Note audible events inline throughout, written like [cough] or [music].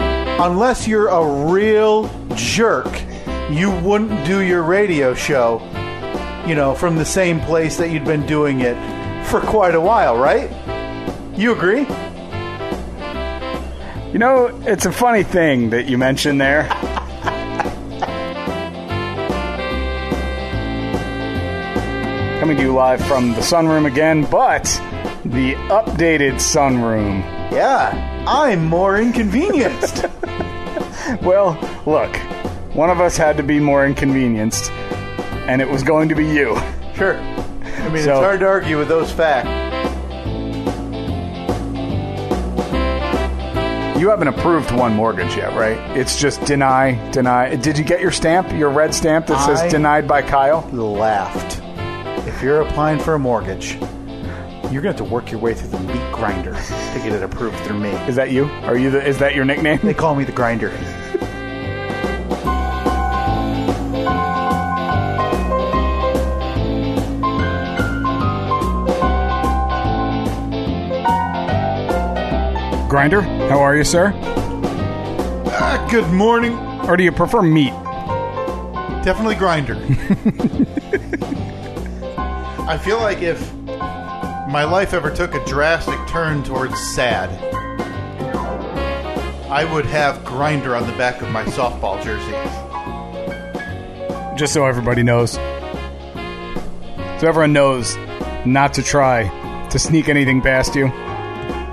unless you're a real jerk, you wouldn't do your radio show, you know, from the same place that you'd been doing it for quite a while, right? You agree? You know, it's a funny thing that you mentioned there. Coming to you live from the sunroom again, but the updated sunroom. Yeah, I'm more inconvenienced. Well, look, one of us had to be more inconvenienced, and it was going to be you. [laughs] sure. I mean, it's So- hard to argue with those facts. You haven't approved one mortgage yet, right? It's just deny, deny. Did you get your stamp, your red stamp that says I- denied by Kyle? Laughed. If you're applying for a mortgage, you're going to have to work your way through the meat grinder to get it approved through me. Is that you? Are you the, is that your nickname? They call me the grinder. Grinder, how are you, sir? Ah, good morning. Or do you prefer meat? Definitely grinder. I feel like if my life ever took a drastic turn towards sad, I would have grinder on the back of my softball jersey. Just so everybody knows. So everyone knows not to try to sneak anything past you.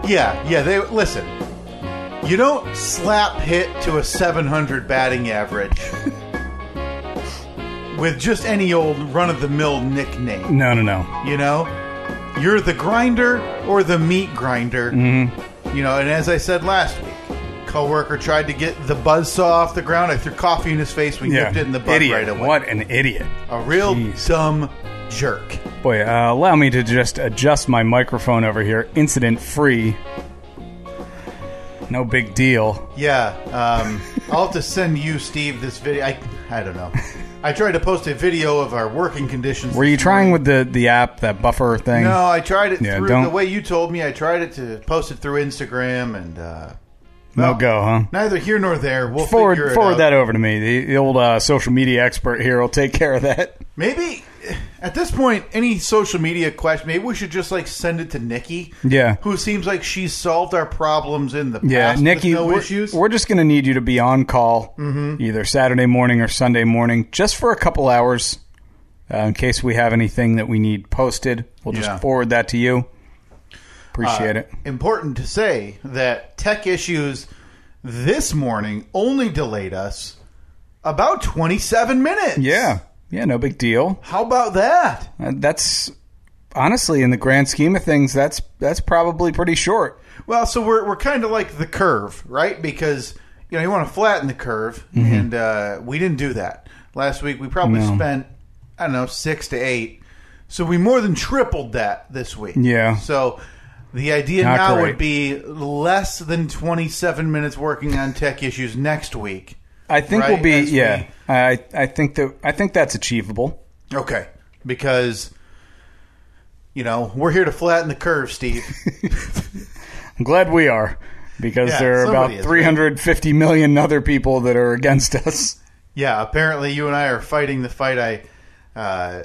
Yeah, yeah, they listen. You don't slap hit to a 700 batting average with just any old run of the mill nickname. No, no, no. You know, you're the grinder or the meat grinder. Mm-hmm. You know, and as I said last week, coworker tried to get the buzzsaw off the ground. I threw coffee in his face. We nipped it in the butt idiot. right away. What an idiot. A real Jeez. dumb jerk. Boy, uh, allow me to just adjust my microphone over here, incident free. No big deal. Yeah. [laughs] Um, I'll have to send you, Steve, this video. I, I don't know. I tried to post a video of our working conditions. Were you trying with the, the app, that buffer thing? No, I tried it Yeah, through don't- the way you told me. I tried it to post it through Instagram, and uh, No well, go, huh? Neither here nor there. We'll Forward, figure it forward out. that over to me. The, the old uh, social media expert here will take care of that. Maybe at this point, any social media question, maybe we should just like send it to Nikki. Yeah. Who seems like she's solved our problems in the Yeah, past. with Nikki, no we're, issues. Mm-hmm. we're just going to need you to be on call either Saturday morning or Sunday morning, just for a couple hours, uh, in case we have anything that we need posted. We'll just Yeah. Uh, forward that to you. Appreciate it. Important to say that tech issues this morning only delayed us about 27 minutes. Yeah, yeah, no big deal. How about that? Uh, that's honestly, in the grand scheme of things, that's that's probably pretty short. Well, so we're we're kind of like the curve, right? Because you know you want to flatten the curve, Mm-hmm. and uh, we didn't do that last week. We probably spent I don't know six to eight, so we more than tripled that this week. Yeah. So the idea Not now great. would be less than twenty seven minutes working on tech issues next week. I think Right, we'll be that's yeah. me. I I think that I think that's achievable. Okay, because. You know, we're here to flatten the curve, Steve. I'm glad we are because Yeah, there are about somebody is, right? 350 million other people that are against [laughs] us. Yeah, apparently you and I are fighting the fight. I, uh,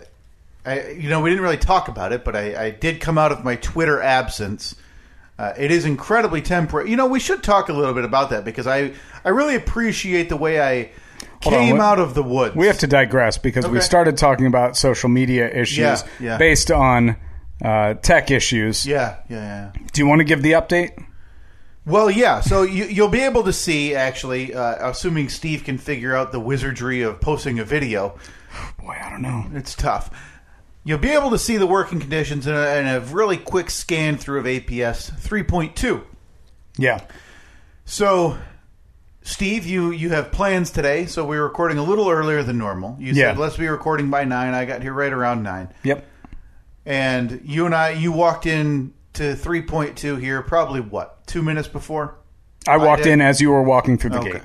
I, you know, we didn't really talk about it, but I, I did come out of my Twitter absence. Uh, it is incredibly temporary. You know, we should talk a little bit about that because I, I really appreciate the way I Hold on, came what- out of the woods. We have to digress because we Okay. started talking about social media issues Yeah, yeah. based on uh, tech issues. yeah, yeah, yeah. Do you want to give the update? Well, yeah. So you, you'll be able to see actually, uh, assuming Steve can figure out the wizardry of posting a video. Boy, I don't know. It's tough. You'll be able to see the working conditions in a, in a really quick scan through of APS 3.2. Yeah. So, Steve, you you have plans today. So we're recording a little earlier than normal. You Yeah. said let's be recording by nine. I got here right around nine, Yep. and you and I you walked in to 3.2 here probably what two minutes before, I walked did. in as you were walking through the Okay. gate.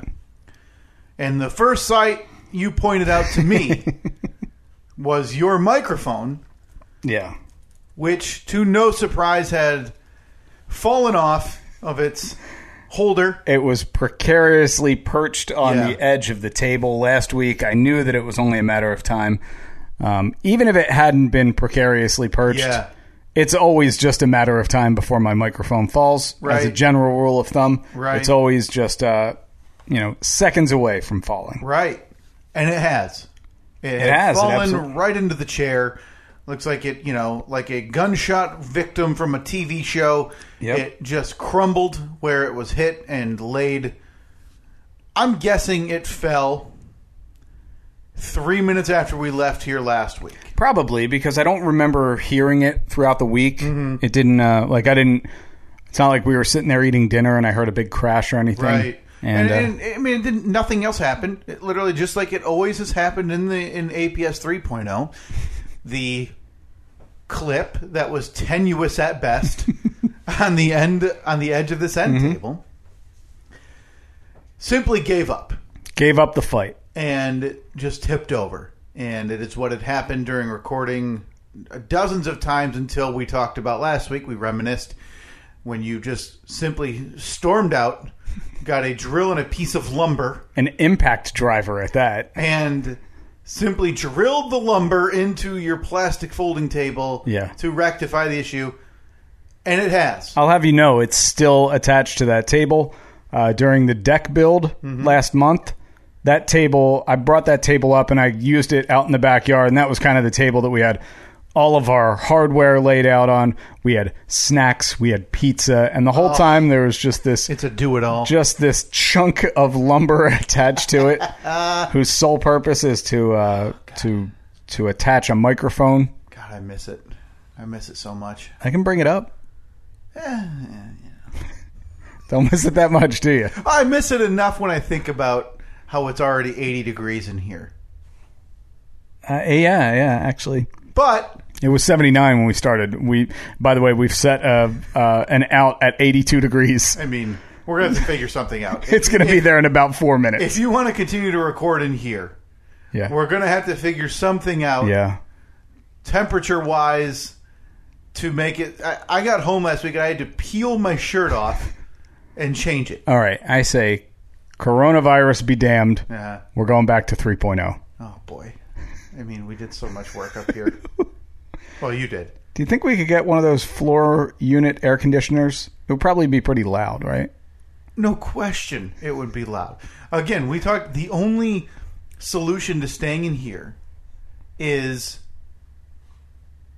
and the first sight you pointed out to me was your microphone Yeah. which to no surprise had fallen off of its holder. It was precariously perched on Yeah. the edge of the table last week. I knew that it was only a matter of time. Um, even if it hadn't been precariously perched, Yeah. it's always just a matter of time before my microphone falls. As a Right. general rule of thumb, Right. it's always just uh, you know seconds away from falling. Right. And it has. It, had has, it fallen absolutely- right into the chair. Looks like it, you know, like a gunshot victim from a TV show. Yep. It just crumbled where it was hit and laid. I'm guessing it fell three minutes after we left here last week. Probably because I don't remember hearing it throughout the week. Mm-hmm. It didn't uh, like I didn't. It's not like we were sitting there eating dinner and I heard a big crash or anything. Right. And, And, uh, and, I mean, it didn't, nothing else happened. It literally, just like it always has happened in the in APS 3.0, oh, the clip that was tenuous at [laughs] best on the end on the edge of this end Mm-hmm. table simply gave up gave up the fight. and just tipped over. And it is what had happened during recording dozens of times until we talked about last week. We reminisced when you just simply stormed out, got a drill and a piece of lumber, An impact driver at that. and simply drilled the lumber into your plastic folding table Yeah. to rectify the issue. And it has. I'll have you know it's still attached to that table. Uh, during the deck build last month, that table, I brought that table up and I used it out in the backyard, and that was kind of the table that we had all of our hardware laid out on. We had snacks, we had pizza, and the whole time there was just this It's a do it all. just this chunk of lumber [laughs] attached to it, whose sole purpose is to uh, to to attach a microphone. God, I miss it. I miss it so much. I can bring it up. [laughs] Don't miss it that much, do you? I miss it enough when I think about how it's already 80 degrees in here. Uh, yeah, yeah. Actually, But it was seventy nine when we started. We, by the way, we've set uh uh, an out at eighty two degrees. [laughs] I mean, we're gonna have to figure something out. It's going to be there in about four minutes. If you want to continue to record in here, Yeah, we're gonna have to figure something out, yeah. temperature wise, to make it. I, I got home last week and I had to peel my shirt off and change [laughs] it. All right. I say, coronavirus be damned. Uh, We're going back to three oh boy, I mean, we did so much work up [laughs] here. well, you did. Do you think we could get one of those floor unit air conditioners? It would probably be pretty loud, right? No question, it would be loud. Again, we talked. The only solution to staying in here is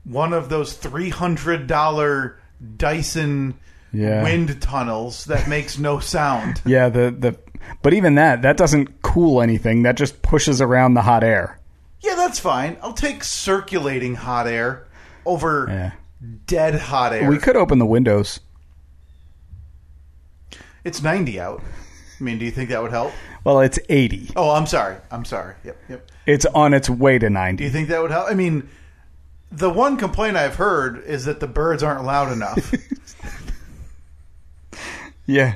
one of those three hundred dollar Dyson Yeah. wind tunnels [laughs] that makes no sound. Yeah, the the but even that that doesn't cool anything. That just pushes around the hot air. yeah, that's fine. I'll take circulating hot air over Yeah. dead hot air. We could open the windows. it's ninety out. I mean, do you think that would help? Well, it's 80. Oh, I'm sorry. I'm sorry. Yep, yep. It's on its way Do to you 90. think that would help? I mean, the one complaint I've heard is that the birds aren't loud [laughs] enough. Yeah.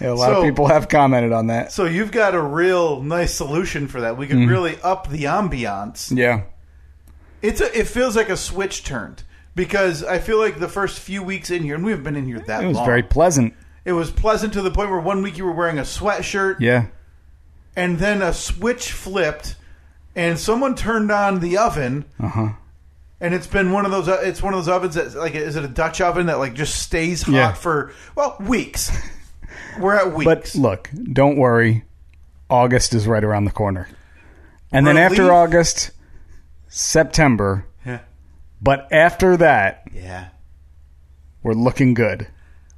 Yeah, a lot of So- people have commented on that. so you've got a real nice solution for that. We could Mm-hmm. really up the ambiance. Yeah. It's a, it feels like a switch turned because I feel like the first few weeks in here, and we've been in here that It was long. very pleasant. it was pleasant to the point where one week you were wearing a sweatshirt, Yeah. and then a switch flipped, and someone turned on the oven. Uh-huh. And it's been one of those. uh, It's one of those ovens that, like, is it a Dutch oven that like just stays hot Yeah. for well weeks? We're at But weeks. look, don't worry. August is right around the corner. And then after Relief. August, September, yeah. but after that, yeah, we're looking good.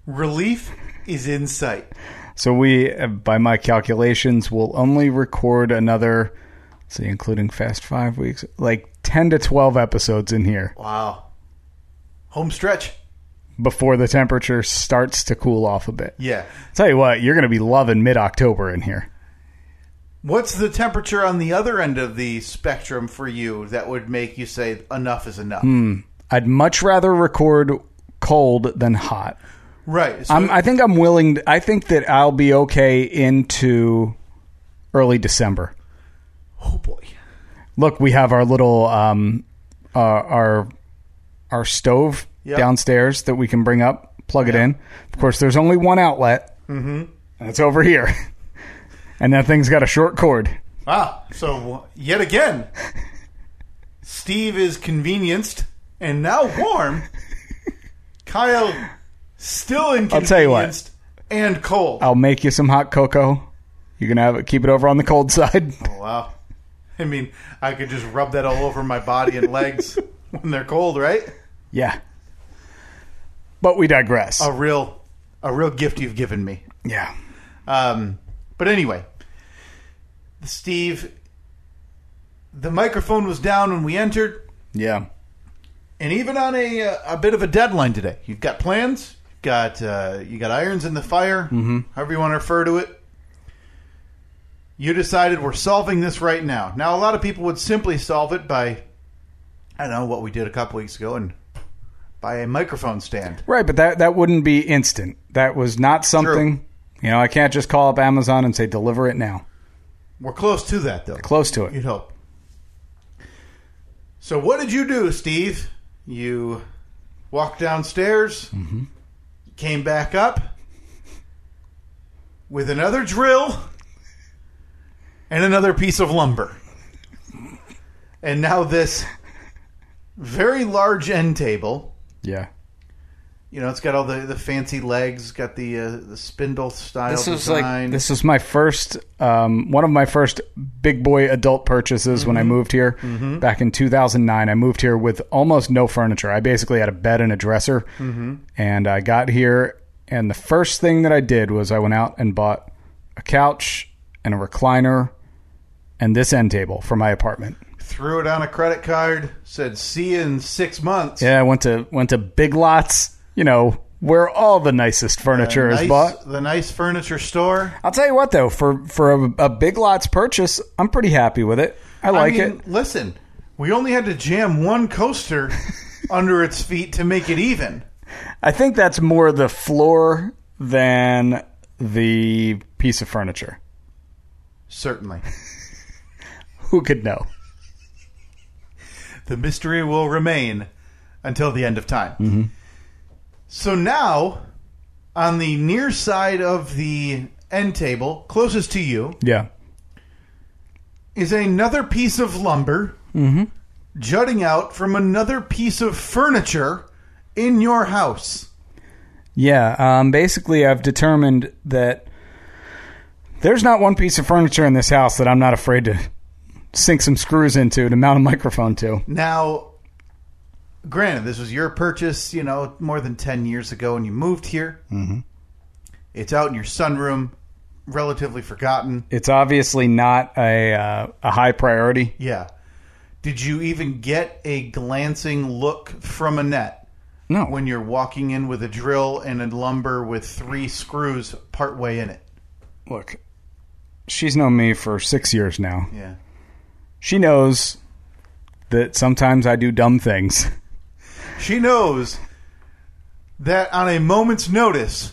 relief is in sight. So we, uh, by my calculations, will only record another, let's see, including fast five weeks, like ten to twelve episodes in here Wow, home stretch. before the temperature starts to cool off a bit. Yeah. Tell you what, you're going to be loving mid-October in here. What's the temperature on the other end of the spectrum for you that would make you say enough is enough? Hmm. I'd much rather record cold than hot. Right. So I'm, I think I'm willing. I think that I'll be okay into early December. oh boy. look, we have our little um, uh, our our stove Yep. downstairs that we can bring up, plug it in. Of course, there's only one outlet. Mm-hmm. and it's over here. [laughs] and that thing's got a short cord. Ah, so yet again, Steve is convenienced and now warm. Kyle still inconvenienced tell you what. and cold. I'll make you some hot cocoa. You can have it, keep it over on the cold [laughs] side. Oh, wow. I mean, I could just rub that all over my body and legs when they're cold, right? yeah. But we digress. A real, a real gift you've given me. yeah. Um, but anyway, Steve, the microphone was down when we entered, Yeah. and even on a uh, a bit of a deadline today. You've got plans, you've got uh, you got irons in the fire, however you want to refer to it. You decided we're solving this right now. Now, a lot of people would simply solve it by, I don't know what we did a couple weeks ago, and by a microphone stand. Right, but that that wouldn't be instant. That was not something. You know, I can't just call up Amazon and say deliver it now. We're close to that, though. Close to it. You'd hope. So, what did you do, Steve? You walked downstairs, Mm-hmm. came back up with another drill and another piece of lumber. And now, this very large end table. Yeah. You know, it's got all the, the fancy legs, got the uh, the spindle style This was design. like this was my first um, one of my first big boy adult purchases when I moved here back in 2009. I moved here with almost no furniture. I basically had a bed and a dresser, Mm-hmm. and I got here and the first thing that I did was I went out and bought a couch and a recliner and this end table for my apartment. threw it on a credit card, said see you in six months. Yeah, I went to went to Big Lots, you know, where all the nicest furniture nice, is bought. The nice furniture store. I'll tell you what though, for for a, a Big Lots purchase, I'm pretty happy with it. I like I mean, it. Listen, we only had to jam one [laughs] coaster under its feet to make it even. I think that's more the floor than the piece of furniture. Certainly. Who could know? The mystery will remain until the end of time. Mm-hmm. So now, on the near side of the end table, closest to you, Yeah. is another piece of lumber Mm-hmm. jutting out from another piece of furniture in your house. Yeah, um, basically, I've determined that there's not one piece of furniture in this house that I'm not afraid to sink some screws into to mount a microphone to. Now, granted, this was your purchase, you know, more than 10 years ago when you moved here. Mm-hmm. It's out in your sunroom, relatively forgotten. It's obviously not a uh, a high priority. Yeah. Did you even get a glancing look from Annette No, when you're walking in with a drill and a lumber with three screws partway in it? look, she's known me for six years now. Yeah. She knows that sometimes I do dumb things. [laughs] She knows that on a moment's notice,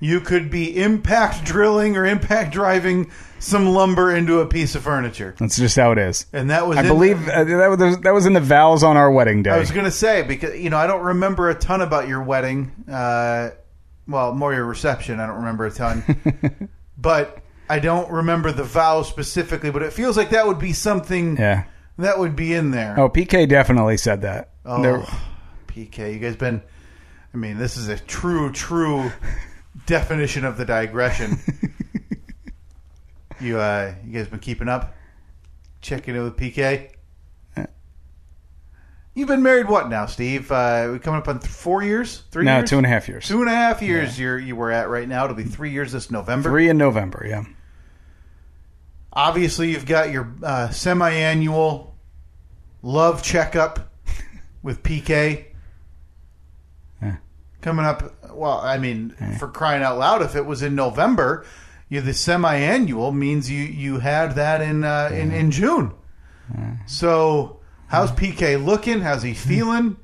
you could be impact drilling or impact driving some lumber into a piece of furniture. That's just how it is. And that was I in- believe uh, that was that was in the vows on our wedding I day. was going to say because you know I don't remember a ton about your wedding. Uh, well, more your reception. I don't remember a [laughs] ton, but I don't remember the vow specifically. But it feels like that would be something yeah. that would be in there. Oh, PK definitely said that. Oh, [laughs] There- [laughs] PK, you guys been. I mean, this is a true, true definition of the [laughs] digression. you, uh, you guys been keeping up, checking in with PK. Uh, You've been married what now, Steve? Uh, we coming up on th- four years, three no, years, two and a half years. Two and a half years. You're you were at right now. It'll be three years this November. Three in November. Yeah. Obviously, you've got your uh, semi-annual love checkup with PK Yeah. coming up. Well, I mean, for crying out loud, if it was in November, you the semi-annual means you you had that in uh, in in June. So, how's PK looking? How's he feeling?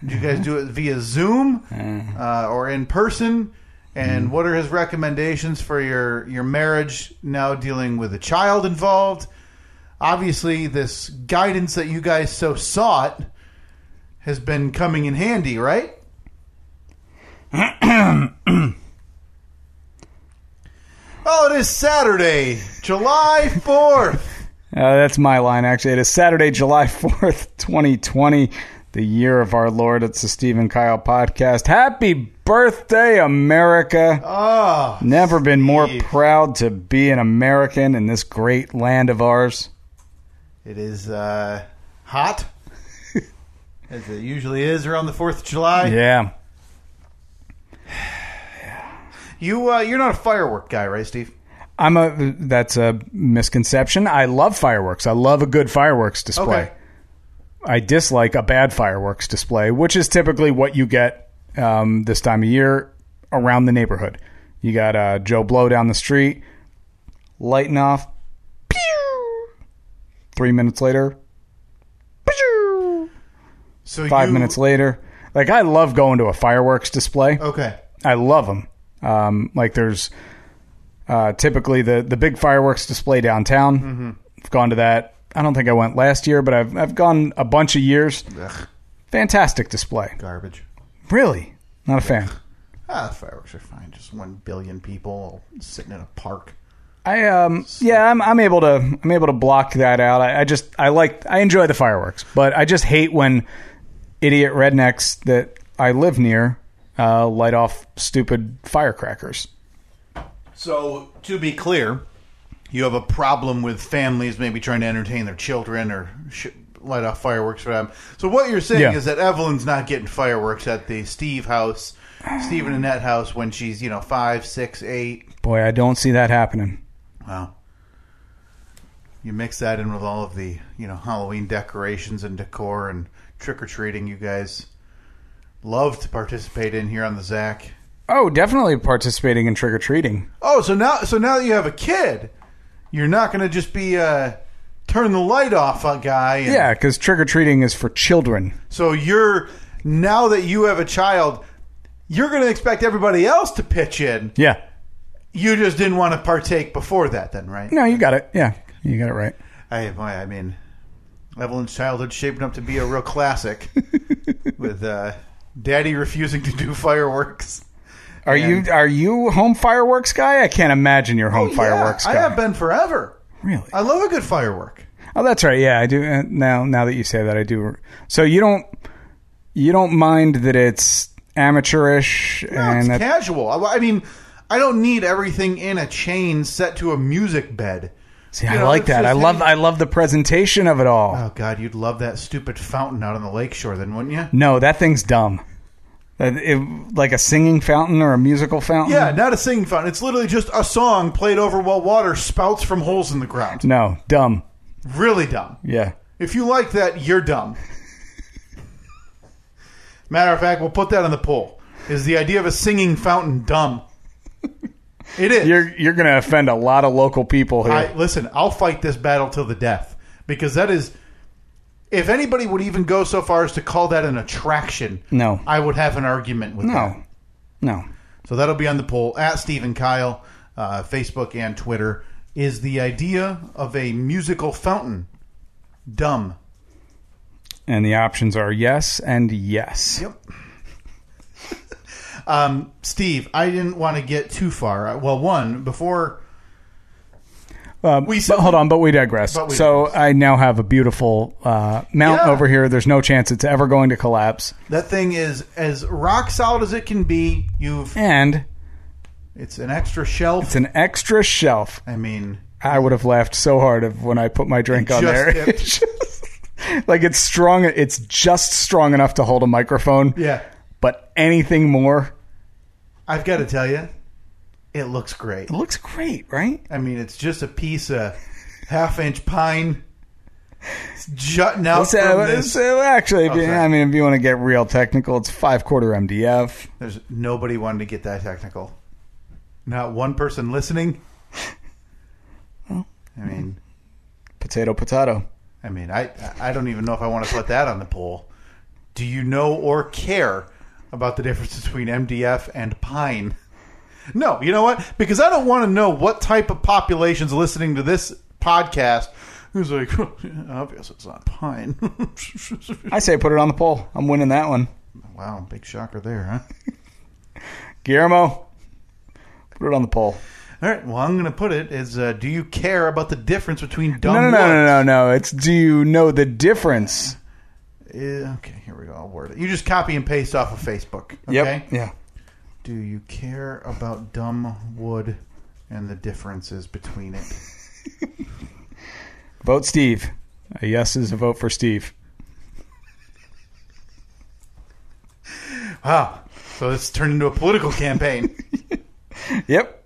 Did you guys do it via Zoom uh, or in person? And what are his recommendations for your your marriage now dealing with a child involved? Obviously, this guidance that you guys so sought has been coming in handy, right? Oh, it is Saturday, July 4th. Uh, that's my line, actually. It is Saturday, July [laughs] 4th, 2020, the year of our Lord. It's the Steve and Kyle podcast. Happy birthday, America. Oh, Never been more Steve. proud to be an American in this great land of ours. It is uh, [laughs] hot, as it usually is around the 4th of July. Yeah. You, uh, you're not a firework guy, right, Steve? I'm a that's a misconception. I love fireworks. I love a good fireworks display. Okay. I dislike a bad fireworks display, which is typically what you get um, this time of year around the neighborhood. You got uh, Joe Blow down the street, lighting off. Pew! Three minutes later. Pew! So Five you- minutes later. Like I love going to a fireworks display. Okay. I love them. Um, like there's uh, typically the the big fireworks display downtown. I've gone to that. I don't think I went last year, but I've I've gone a bunch of years. Ugh, Fantastic display. garbage. Really, not a fan. Ah, fireworks are fine. Just one billion people all sitting in a park. I um yeah I'm I'm able to I'm able to block that out. I, I just I like I enjoy the fireworks, but I just hate when idiot rednecks that I live near uh, light off stupid firecrackers. So, to be clear, you have a problem with families maybe trying to entertain their children or sh- light off fireworks for them. So, what you're saying Yeah. is that Evelyn's not getting fireworks at the Steve house, Steve and Annette house when she's, you know, five, six, eight. Boy, I don't see that happening. Wow. You mix that in with all of the, you know, Halloween decorations and decor and trick or treating you guys love to participate in here on the Zach. Oh, definitely participating in trick or treating. Oh, so now so now that you have a kid, you're not going to just be uh turn the light off a guy. and- Yeah, because trick or treating is for children. So you're now that you have a child, you're going to expect everybody else to pitch in. Yeah. You just didn't want to partake before that, then, right? No, you got it. Yeah, you got it right. [laughs] I boy, I mean, Evelyn's childhood shaping up to be a real classic [laughs] with uh, daddy refusing to do [laughs] fireworks. Are you are you home fireworks guy? I can't imagine you're home Oh, fireworks Oh, Yeah, guy. I have been forever. Really? I love a good firework. Oh, that's right. Yeah, I do. uh, Now, now that you say that, I do. So you don't you don't mind that it's amateurish No, it's and that, casual. I, I mean, I don't need everything in a chain set to a music bed. see, you I know, like it's that. I just love any- I love the presentation of it all. Oh God, you'd love that stupid fountain out on the lakeshore, then, wouldn't you? No, that thing's dumb. That it, like a singing fountain or a musical fountain. Yeah, not a singing fountain. It's literally just a song played over while water spouts from holes in the ground. No, dumb. Really dumb. Yeah. If you like that, you're dumb. Matter of fact, we'll put that on the poll. Is the idea of a singing fountain dumb? It is. You're you're gonna offend a lot of local people here. I, listen, I'll fight this battle till the death because that is. If anybody would even go so far as to call that an attraction, no, I would have an argument with that. no, no. So that'll be on the poll at Stephen Kyle, uh, Facebook and Twitter. Is the idea of a musical fountain dumb? And the options are yes and yes. Yep. [laughs] Um, Steve, I didn't want to get too far. Uh, Well, one before. Uh, We but hold on, but we digress. But we so I now have a beautiful uh, mount Yeah. over here. There's no chance it's ever going to collapse. That thing is as rock solid as it can be. You've And it's an extra shelf. it's an extra shelf. I mean, I would have laughed so hard if, when I put my drink on just there. tipped. It's just- [laughs] like it's strong. It's just strong enough to hold a microphone. yeah. But anything more, I've got to tell you, it looks great. it looks great, right? I mean, it's just a piece of half-inch pine It's jutting out So, from this. so actually, if you, sorry. I mean, if you want to get real technical, it's five quarter MDF. There's nobody wanted to get that technical. Not one person listening. I mean, Potato, potato. I mean, I I don't even know if I want to put that on the poll. Do you know or care about the difference between MDF and pine? No, you know what? Because I don't want to know what type of population's listening to this podcast. Who's like, [laughs] obvious it's not pine. [laughs] I say put it on the poll. I'm winning that one. wow, big shocker there, huh? Guillermo, put it on the poll. All right. Well, I'm going to put it as: uh, Do you care about the difference between dumb? No, no, no, what? no, no, no. It's do you know the difference? Uh, okay, here we go. I'll word it. You just copy and paste off of Facebook. Okay? Yep. Yeah. Do you care about dumb wood and the differences between it? Vote Steve. A yes is a vote for Steve. Wow. Ah, So this turned into a political campaign. Yep.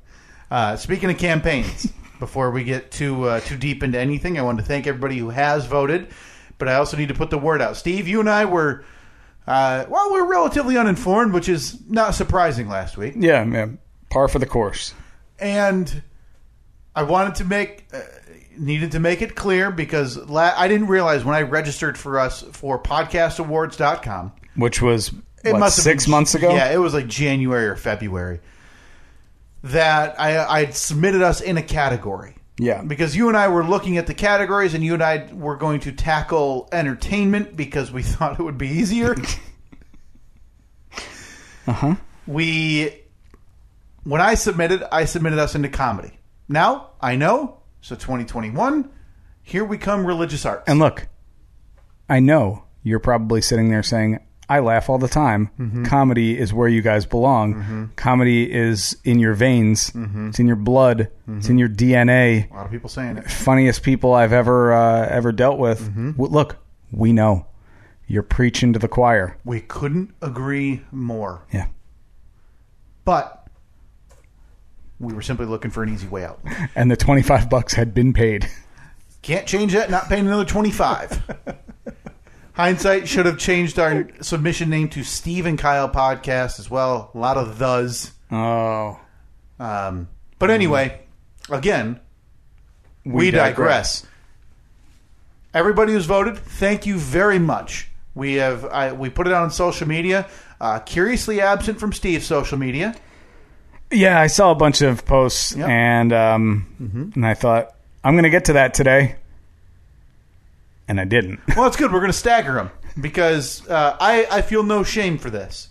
Uh, speaking of campaigns, before we get too uh, too deep into anything, I want to thank everybody who has voted, but I also need to put the word out. Steve, you and I were uh, well, we we're relatively uninformed, which is not surprising last week, Yeah, man. Par for the course. and I wanted to make uh, needed to make it clear because la- I didn't realize when I registered for us for podcastawards.com Which was it what, must have six been- months ago. Yeah, it was like January or February that I I had submitted us in a category Yeah. because you and I were looking at the categories and you and I were going to tackle entertainment because we [laughs] thought it would be [laughs] easier. Uh huh. we when I submitted, I submitted us into comedy. Now I know, so 2021. Here we come, religious arts. And look, I know you're probably sitting there saying, I laugh all the time. Mm-hmm. Comedy is where you guys belong. Comedy is in your veins, Mm-hmm. it's in your blood, it's in your DNA. a lot of people saying it. Funniest people I've ever uh, ever dealt with. Mm-hmm. W- look, we know you're preaching to the choir. We couldn't agree more, Yeah, but we were simply looking for an easy way out. and the twenty five bucks had been paid. Can't change that. Not paying another twenty [laughs] five. Hindsight should have changed our submission name to Steve and Kyle podcast as well. A lot of thes. Oh, Um, but anyway, again, we, digress. Everybody who's voted, thank you very much. We have I, we put it out on social media. Uh, curiously absent from Steve's social media. Yeah, I saw a bunch of posts, Yep. and um, and I thought I'm going to get to that today, and I didn't. [laughs] Well, it's good. We're going to stagger them because uh, I I feel no shame for this.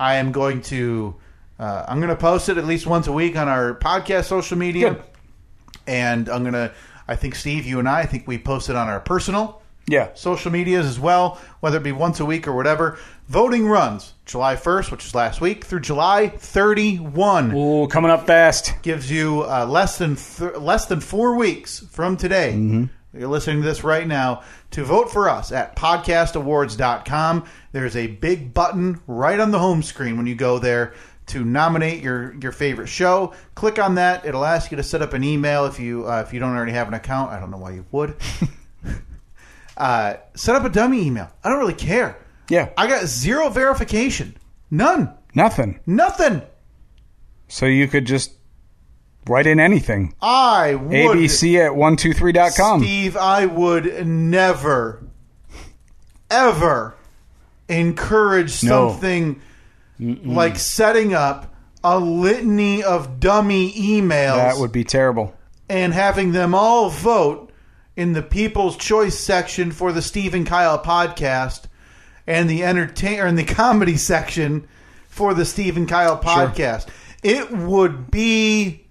I am going to uh, I'm going to post it at least once a week on our podcast social media, Good. and I'm going to I think Steve, you and I, I think we post it on our personal Yeah, social medias as well, whether it be once a week or whatever. Voting runs July 1st, which is last week, through July 31. Ooh, coming up fast. Gives you uh, less than th- less than four weeks from today. You're listening to this right now to vote for us at podcastawards.com. There's a big button right on the home screen when you go there to nominate your, your favorite show. Click on that. It'll ask you to set up an email if you uh, if you don't already have an account. I don't know why you would. uh, set up a dummy email. I don't really care. Yeah, I got zero verification. None. nothing. Nothing. So you could just write in anything. I would. ABC at one two three dot com. Steve, I would never, ever encourage No. something like setting up a litany of dummy emails That would be terrible. and having them all vote in the People's Choice section for the Steve and Kyle podcast and the entertain or in the [laughs] comedy section for the Steve and Kyle podcast. It would be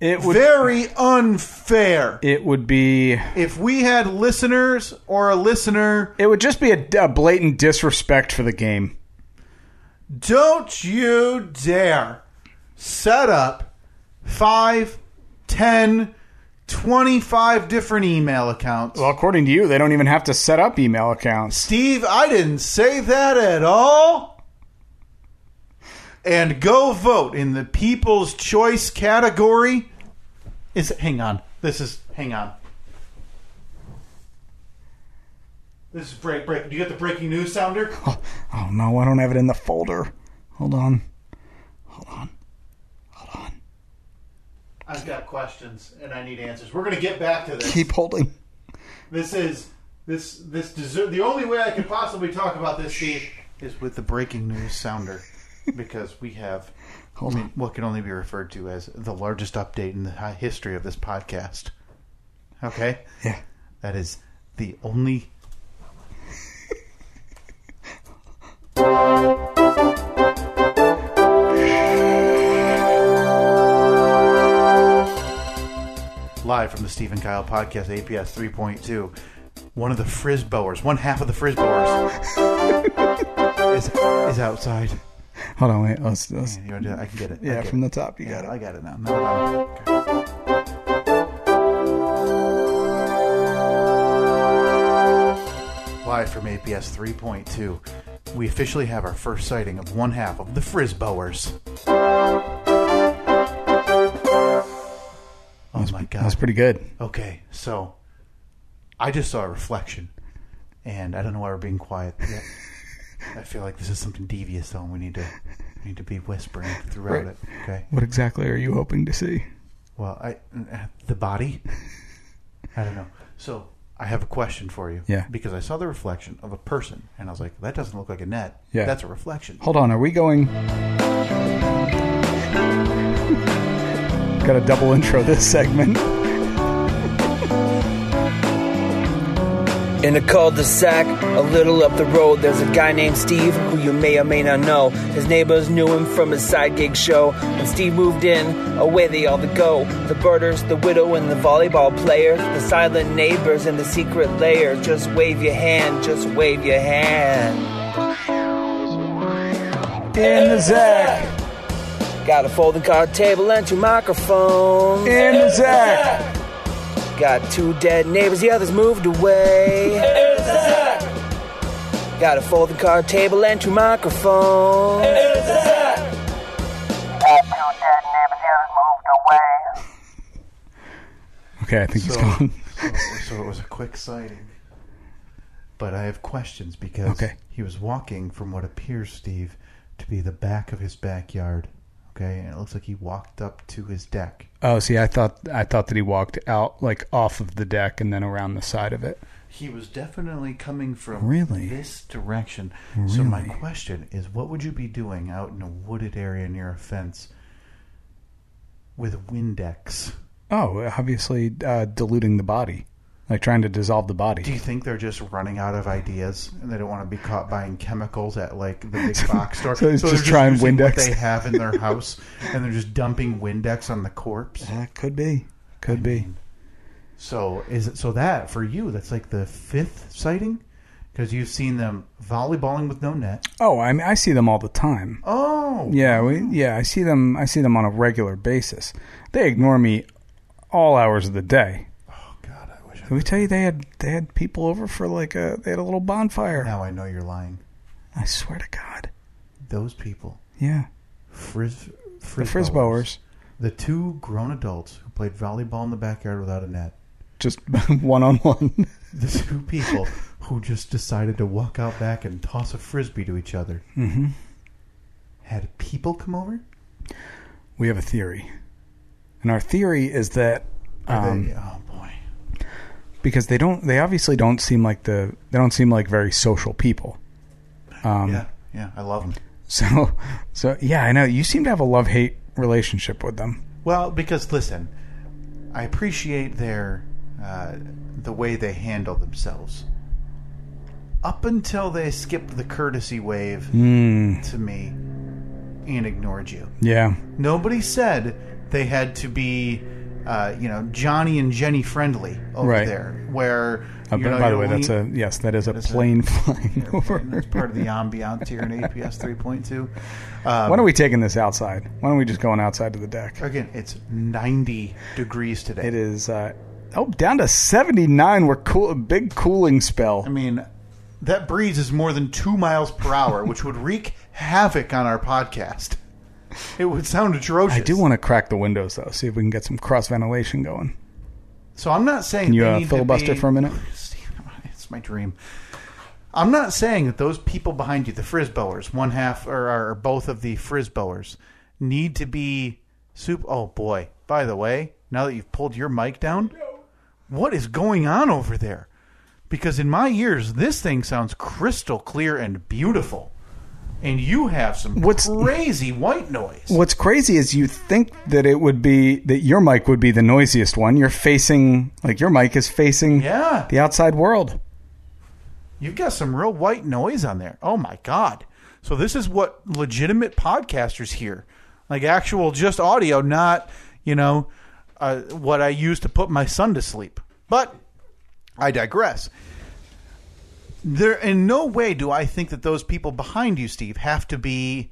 It would. very unfair it would be. if we had listeners or a listener. It would just be a, a blatant disrespect for the game. Don't you dare set up five, ten, twenty-five different email accounts. Well, according to you, they don't even have to set up email accounts. [laughs] Steve, I didn't say that at all. And go vote in the People's Choice category. Is hang on. This is hang on. This is break break. Do you got the breaking news sounder? Oh, oh, no, I don't have it in the folder. Hold on. Hold on. Hold on. I've got questions and I need answers. We're gonna get back to this. Keep holding. This is this this deser the only way I can possibly talk about this, Steve, is with the breaking news sounder. Because we have Hold I on. mean, what can only be referred to as the largest update in the hi- history of this podcast. Okay? Yeah. That is the only. live from the Stephen Kyle podcast, APS 3.2. One of the frisbowers, one half of the [laughs] frisbowers, is, is outside. Hold on, wait. Let's, let's, You want to do that? I can get it. I yeah, get from it. the top, you Yeah, got it. I got it now. No problem. Live from APS 3.2, we officially have our first sighting of one half of the Frisbowers. Oh my That's god. pretty good. Okay, so I just saw a reflection, and I don't know why we're being quiet [laughs] yet. I feel like this is something devious, though, and we need to we need to be whispering throughout Right. it. Okay. What exactly are you hoping to see? Well, I uh, the body. I don't know. So I have a question for you. Yeah. Because I saw the reflection of a person, and I was like, "That doesn't look like a net. Yeah. Oh, That's a reflection." Hold on, are we going? Got a double intro this segment. In a cul-de-sac, a little up the road, there's a guy named Steve who you may or may not know. His neighbors knew him from his side gig show. When Steve moved in, away they all to go. The birders, the widow, and the volleyball players, the silent neighbors, and the secret layer. Just wave your hand, just wave your hand. In the Zach. Got a folding card table and two microphones. In the Zach. Got two dead neighbors, the others moved away. Got a folding car table and two microphones. Got two dead neighbors, the others moved away. Okay, I think he's So- gone. so it was a quick sighting. But I have questions because Okay. he was walking from what appears, Steve, to be the back of his backyard. Okay, and it looks like he walked up to his deck. Oh, see, I thought I thought that he walked out like off of the deck and then around the side of it. He was definitely coming from Really? this direction. So my Really? question is, what would you be doing out in a wooded area near a fence with Windex? Oh, obviously uh, diluting the body, like trying to dissolve the Do body. you think they're just running out of ideas and they don't want to be caught buying chemicals at like the big box store? [laughs] So he's they're just trying using Windex. What they have in their house and they're just dumping Windex on the corpse. That could be, could be. So is it so that for you that's like the fifth sighting because you've seen them volleyballing with no net. Oh, I mean, I see them all the time. Oh, Yeah, we, yeah, I see them. I see them on a regular basis. They ignore me all hours of the day. oh God, I wish. I Did we tell you they had they had people over for like a they had a little bonfire? Now I know you're lying. I swear to God. Those people, Yeah, frizz, frizz the frisbowers. the two grown adults who played volleyball in the backyard without a net, [laughs] Just [laughs] one on one. the two people who just decided to walk out back and toss a frisbee to each other. Mm-hmm. Had people come over? [laughs] We have a theory, and our theory is that Are um, they- oh boy, because they don't, they obviously don't seem like the they don't seem like very social people. [laughs] Um, yeah, yeah, I love them. So, so yeah, I know you seem to have a love hate relationship with them. Well, because listen, I appreciate their uh, the way they handle themselves. Up until they skipped the courtesy wave Hmm. to me and ignored you. Yeah, Nobody said they had to be, uh, you know, Johnny and Jenny friendly over Right. there. Where, Uh, you but know, by the you way, that's lean- a yes, that is a is a- [laughs] plane flying [laughs] over. That's [laughs] part of the ambiance here in APS 3.2. Um, Why don't we taking this outside? Why don't we just going outside to the deck? Again, it's 90 degrees today. It is uh, oh down to seventy nine. We're cool, big cooling spell. I mean, that breeze is more than two miles per hour, which would wreak havoc on our podcast. It would sound atrocious. I do want to crack the windows though, see if we can get some cross ventilation going. So I'm not saying Can you they uh, need to filibuster be- for [laughs] a minute? Steve, It's my dream. I'm not saying that those people behind you, the frisbowers, one half or, or both of the frisbowers, need to be soup. Oh boy! By the way, now that you've pulled your mic down, what is going on over there? Because in my ears, this thing sounds crystal clear and beautiful, and you have some What's- crazy white noise. What's crazy is you think that it would be that your mic would be the noisiest one. You're facing like your mic is facing Yeah. the outside world. You've got some real white noise on there. Oh my god. So this is what legitimate podcasters hear. Like actual just audio, not, you know, uh, what I use to put my son to sleep. But I digress. There, in no way do I think that those people behind you, Steve, have to be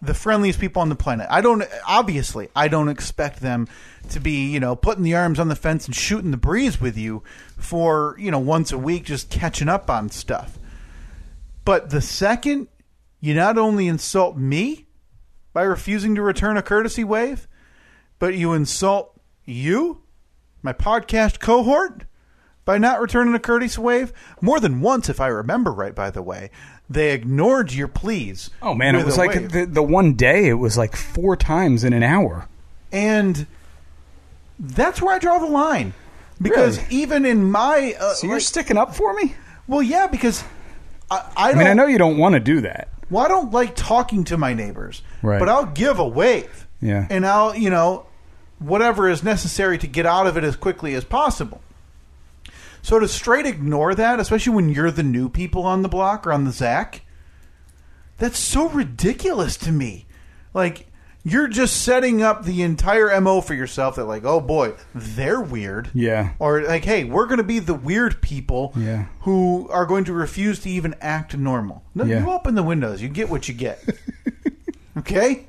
the friendliest people on the planet. I don't, obviously, I don't expect them to be, you know, putting the arms on the fence and shooting the breeze with you for, you know, once a week, just catching up on stuff. But the second you not only insult me by refusing to return a courtesy wave, but you insult you, my podcast cohort, by not returning a courtesy wave more than once, if I remember right, by the way. They ignored your pleas. Oh man, it with was a like wave. the, the one day it was like four times in an hour. and that's where I draw the line. Because Really? even in my. Uh, So you're like- sticking up for me? well, yeah, because I, I I don't. mean, I know you don't want to do that. well, I don't like talking to my neighbors, Right. but I'll give a wave. Yeah. And I'll, you know, whatever is necessary to get out of it as quickly as possible. So to straight ignore that, especially when you're the new people on the block or on the Zach, that's so ridiculous to me. Like, you're just setting up the entire MO for yourself that, like, oh boy, they're weird. Yeah. Or, like, hey, we're going to be the weird people Yeah. who are going to refuse to even act normal. No, Yeah. you open the windows, you get what you [laughs] get. okay?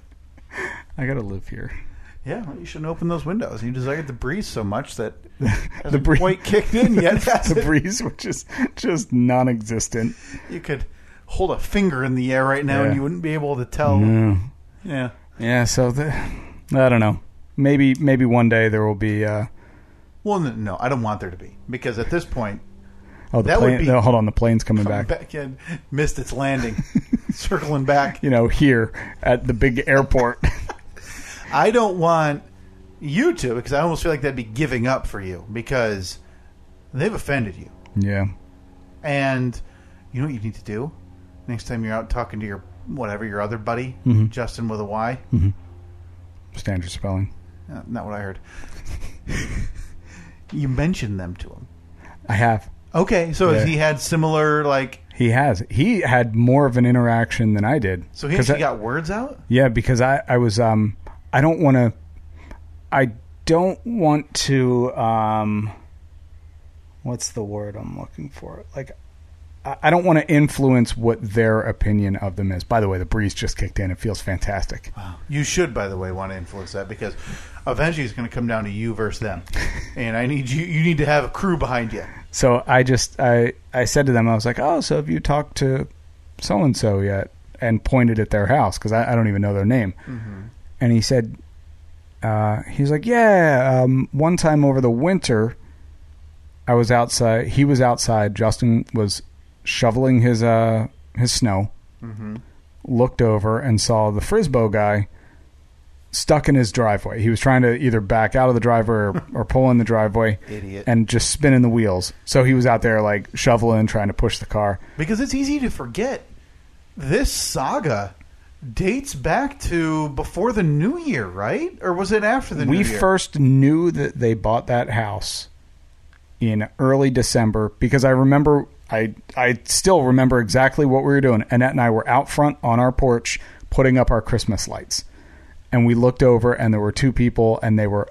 I gotta live here. [laughs] Yeah, well, you shouldn't open those windows. You desired the breeze so much [laughs] that The the breeze- breeze quite kicked in yet. has [laughs] the it? breeze, which is just non-existent. You could hold a finger in the air right now, Yeah. and you wouldn't be able to tell. Yeah. Yeah, Yeah. So the, I don't know. Maybe maybe one day there will be. Uh, well, no, no, I don't want there to be because at this point, oh, the That would plane. be- no, hold on, the plane's coming back. back end missed its landing, [laughs] circling back. You know, here at the big [laughs] airport. I don't want you to because I almost feel like that'd be giving up for you because they've offended you. yeah. And you know what you need to do next time you're out talking to your whatever your other buddy, Mm-hmm. Justin with a Y. Standard spelling. Uh, not what I heard. [laughs] you mentioned them to him. I have. Okay, so has Yeah. he had similar like? He has. He had more of an interaction than I did. So he 'Cause actually I- got words out. Yeah, because I, I was um I don't want to I don't want to um what's the word I'm looking for? Like I I don't want to influence what their opinion of them is. By the way, the breeze just kicked in. It feels fantastic. You should, by the way, want to influence that because eventually it's going to come down to you versus [laughs] them, and I need you. You need to have a crew behind you. So I just I I said to them I was like, "Oh, so have you talked to so and so yet?" and pointed at their house cuz I, I don't even know their name. And he said uh, he's like, "Yeah, um, one time over the winter I was outside. He was outside. Justin was shoveling his uh his snow. Looked over and saw the frisbee guy stuck in his driveway. He was trying to either back out of the driveway or, or pull in the driveway, Idiot. and just spinning the wheels. So he was out there like shoveling, trying to push the car. because it's easy to forget. This saga dates back to before the New Year, right? Or was it after the we New Year? first knew that they bought that house in early December because I remember I I still remember exactly what we were doing. Annette and I were out front on our porch putting up our Christmas lights. And we looked over and there were two people and they were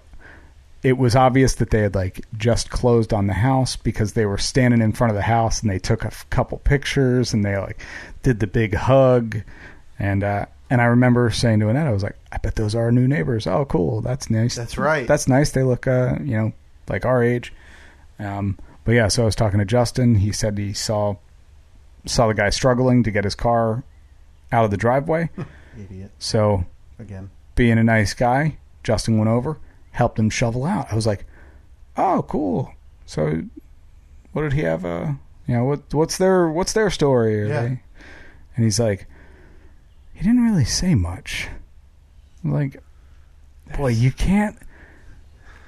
it was obvious that they had like just closed on the house because they were standing in front of the house and they took a f- couple pictures and they like did the big hug and uh and I remember saying to Annette, I was like, I bet those are our new neighbors. Oh, cool. That's nice. That's right. That's nice. They look, uh, you know, like our age. Um, but yeah, so I was talking to Justin. He said he saw saw the guy struggling to get his car out of the driveway. idiot So again. being a nice guy, Justin went over, helped him shovel out. I was like, "Oh, cool." So, what did he have? Uh, you know, what what's their what's their story? Are Yeah. they- And he's like, he didn't really say much. I'm like, boy, you can't.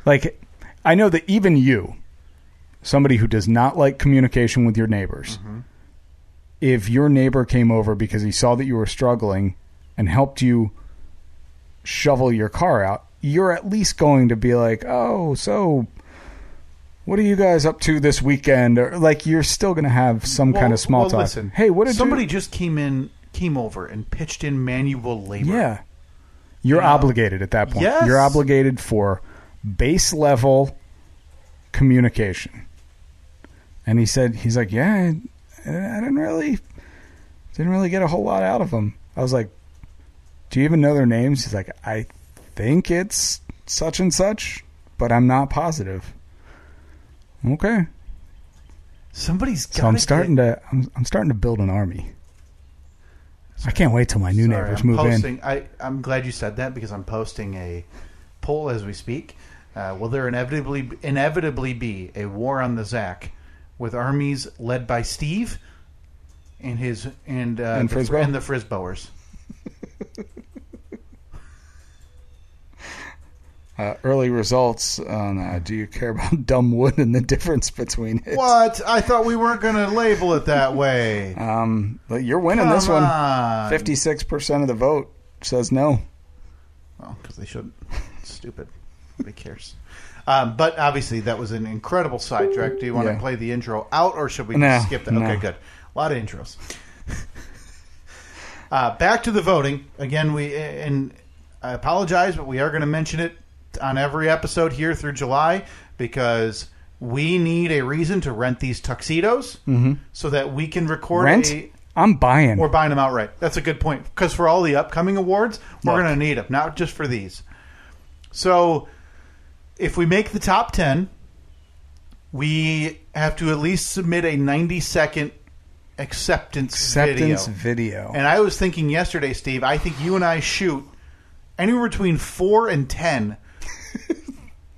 Like, I know that even you, somebody who does not like communication with your neighbors, Mm-hmm. if your neighbor came over because he saw that you were struggling and helped you shovel your car out, you're at least going to be like, oh, so what are you guys up to this weekend? Or like, you're still going to have some kind Well- of small well, talk. Listen, hey, what did you- somebody just came in, came over, and pitched in manual labor? Yeah. You're Yeah. obligated at that point. Yes. You're obligated for base level communication. And he said, he's like, yeah, I, I didn't really, didn't really get a whole lot out of them. I was like, do you even know their names? He's like, I think it's such and such, but I'm not positive. Okay, Somebody's got so I'm starting to, I'm, I'm starting to build an army. I can't wait till my new neighbors I'm move in. posting, I, I'm glad you said that because I'm posting a poll as we speak. Uh, will there inevitably inevitably be a war on the Zac with armies led by Steve and his and uh, And the, fr- Frisbo? and the Frisboers? Uh, early results on uh, do you care about [laughs] dumb wood and the difference between it? What? I thought we weren't going to label it that way. [laughs] Um, but you're winning Come this one. on. Fifty-six percent of the vote says no. because they shouldn't. It's stupid. Nobody cares. Um, but obviously, that was an incredible sidetrack. Do you want Yeah. to play the intro out, or should we No, skip that? no. Okay, good. A lot of intros. [laughs] uh, back to the voting again. We and I apologize, but we are going to mention it on every episode here through July because we need a reason to rent these tuxedos so that we can record Mm-hmm. Rent? a I'm buying. we're buying them outright. That's a good point because for all the upcoming awards, we're Look. going to need them, not just for these. So, if we make the top ten, we have to at least submit a ninety-second acceptance, Acceptance video. video. And I was thinking yesterday, Steve. I think you and I shoot anywhere between four and [laughs] ten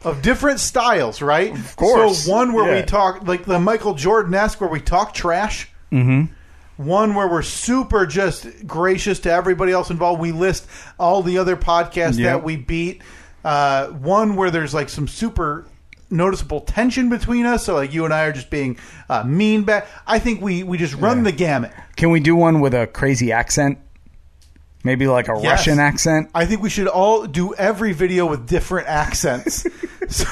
of different styles, right? Of course. So one where Yeah. we talk like the Michael Jordan esque, where we talk trash. Mm-hmm. One where we're super just gracious to everybody else involved. We list all the other podcasts Yep. that we beat. Uh, one where there's like some super noticeable tension between us. So like you and I are just being uh, mean back. I think we we just run the gamut. Can we do one with a crazy accent? Maybe like a Yes. Russian accent. I think we should all do every video with different accents. [laughs] so,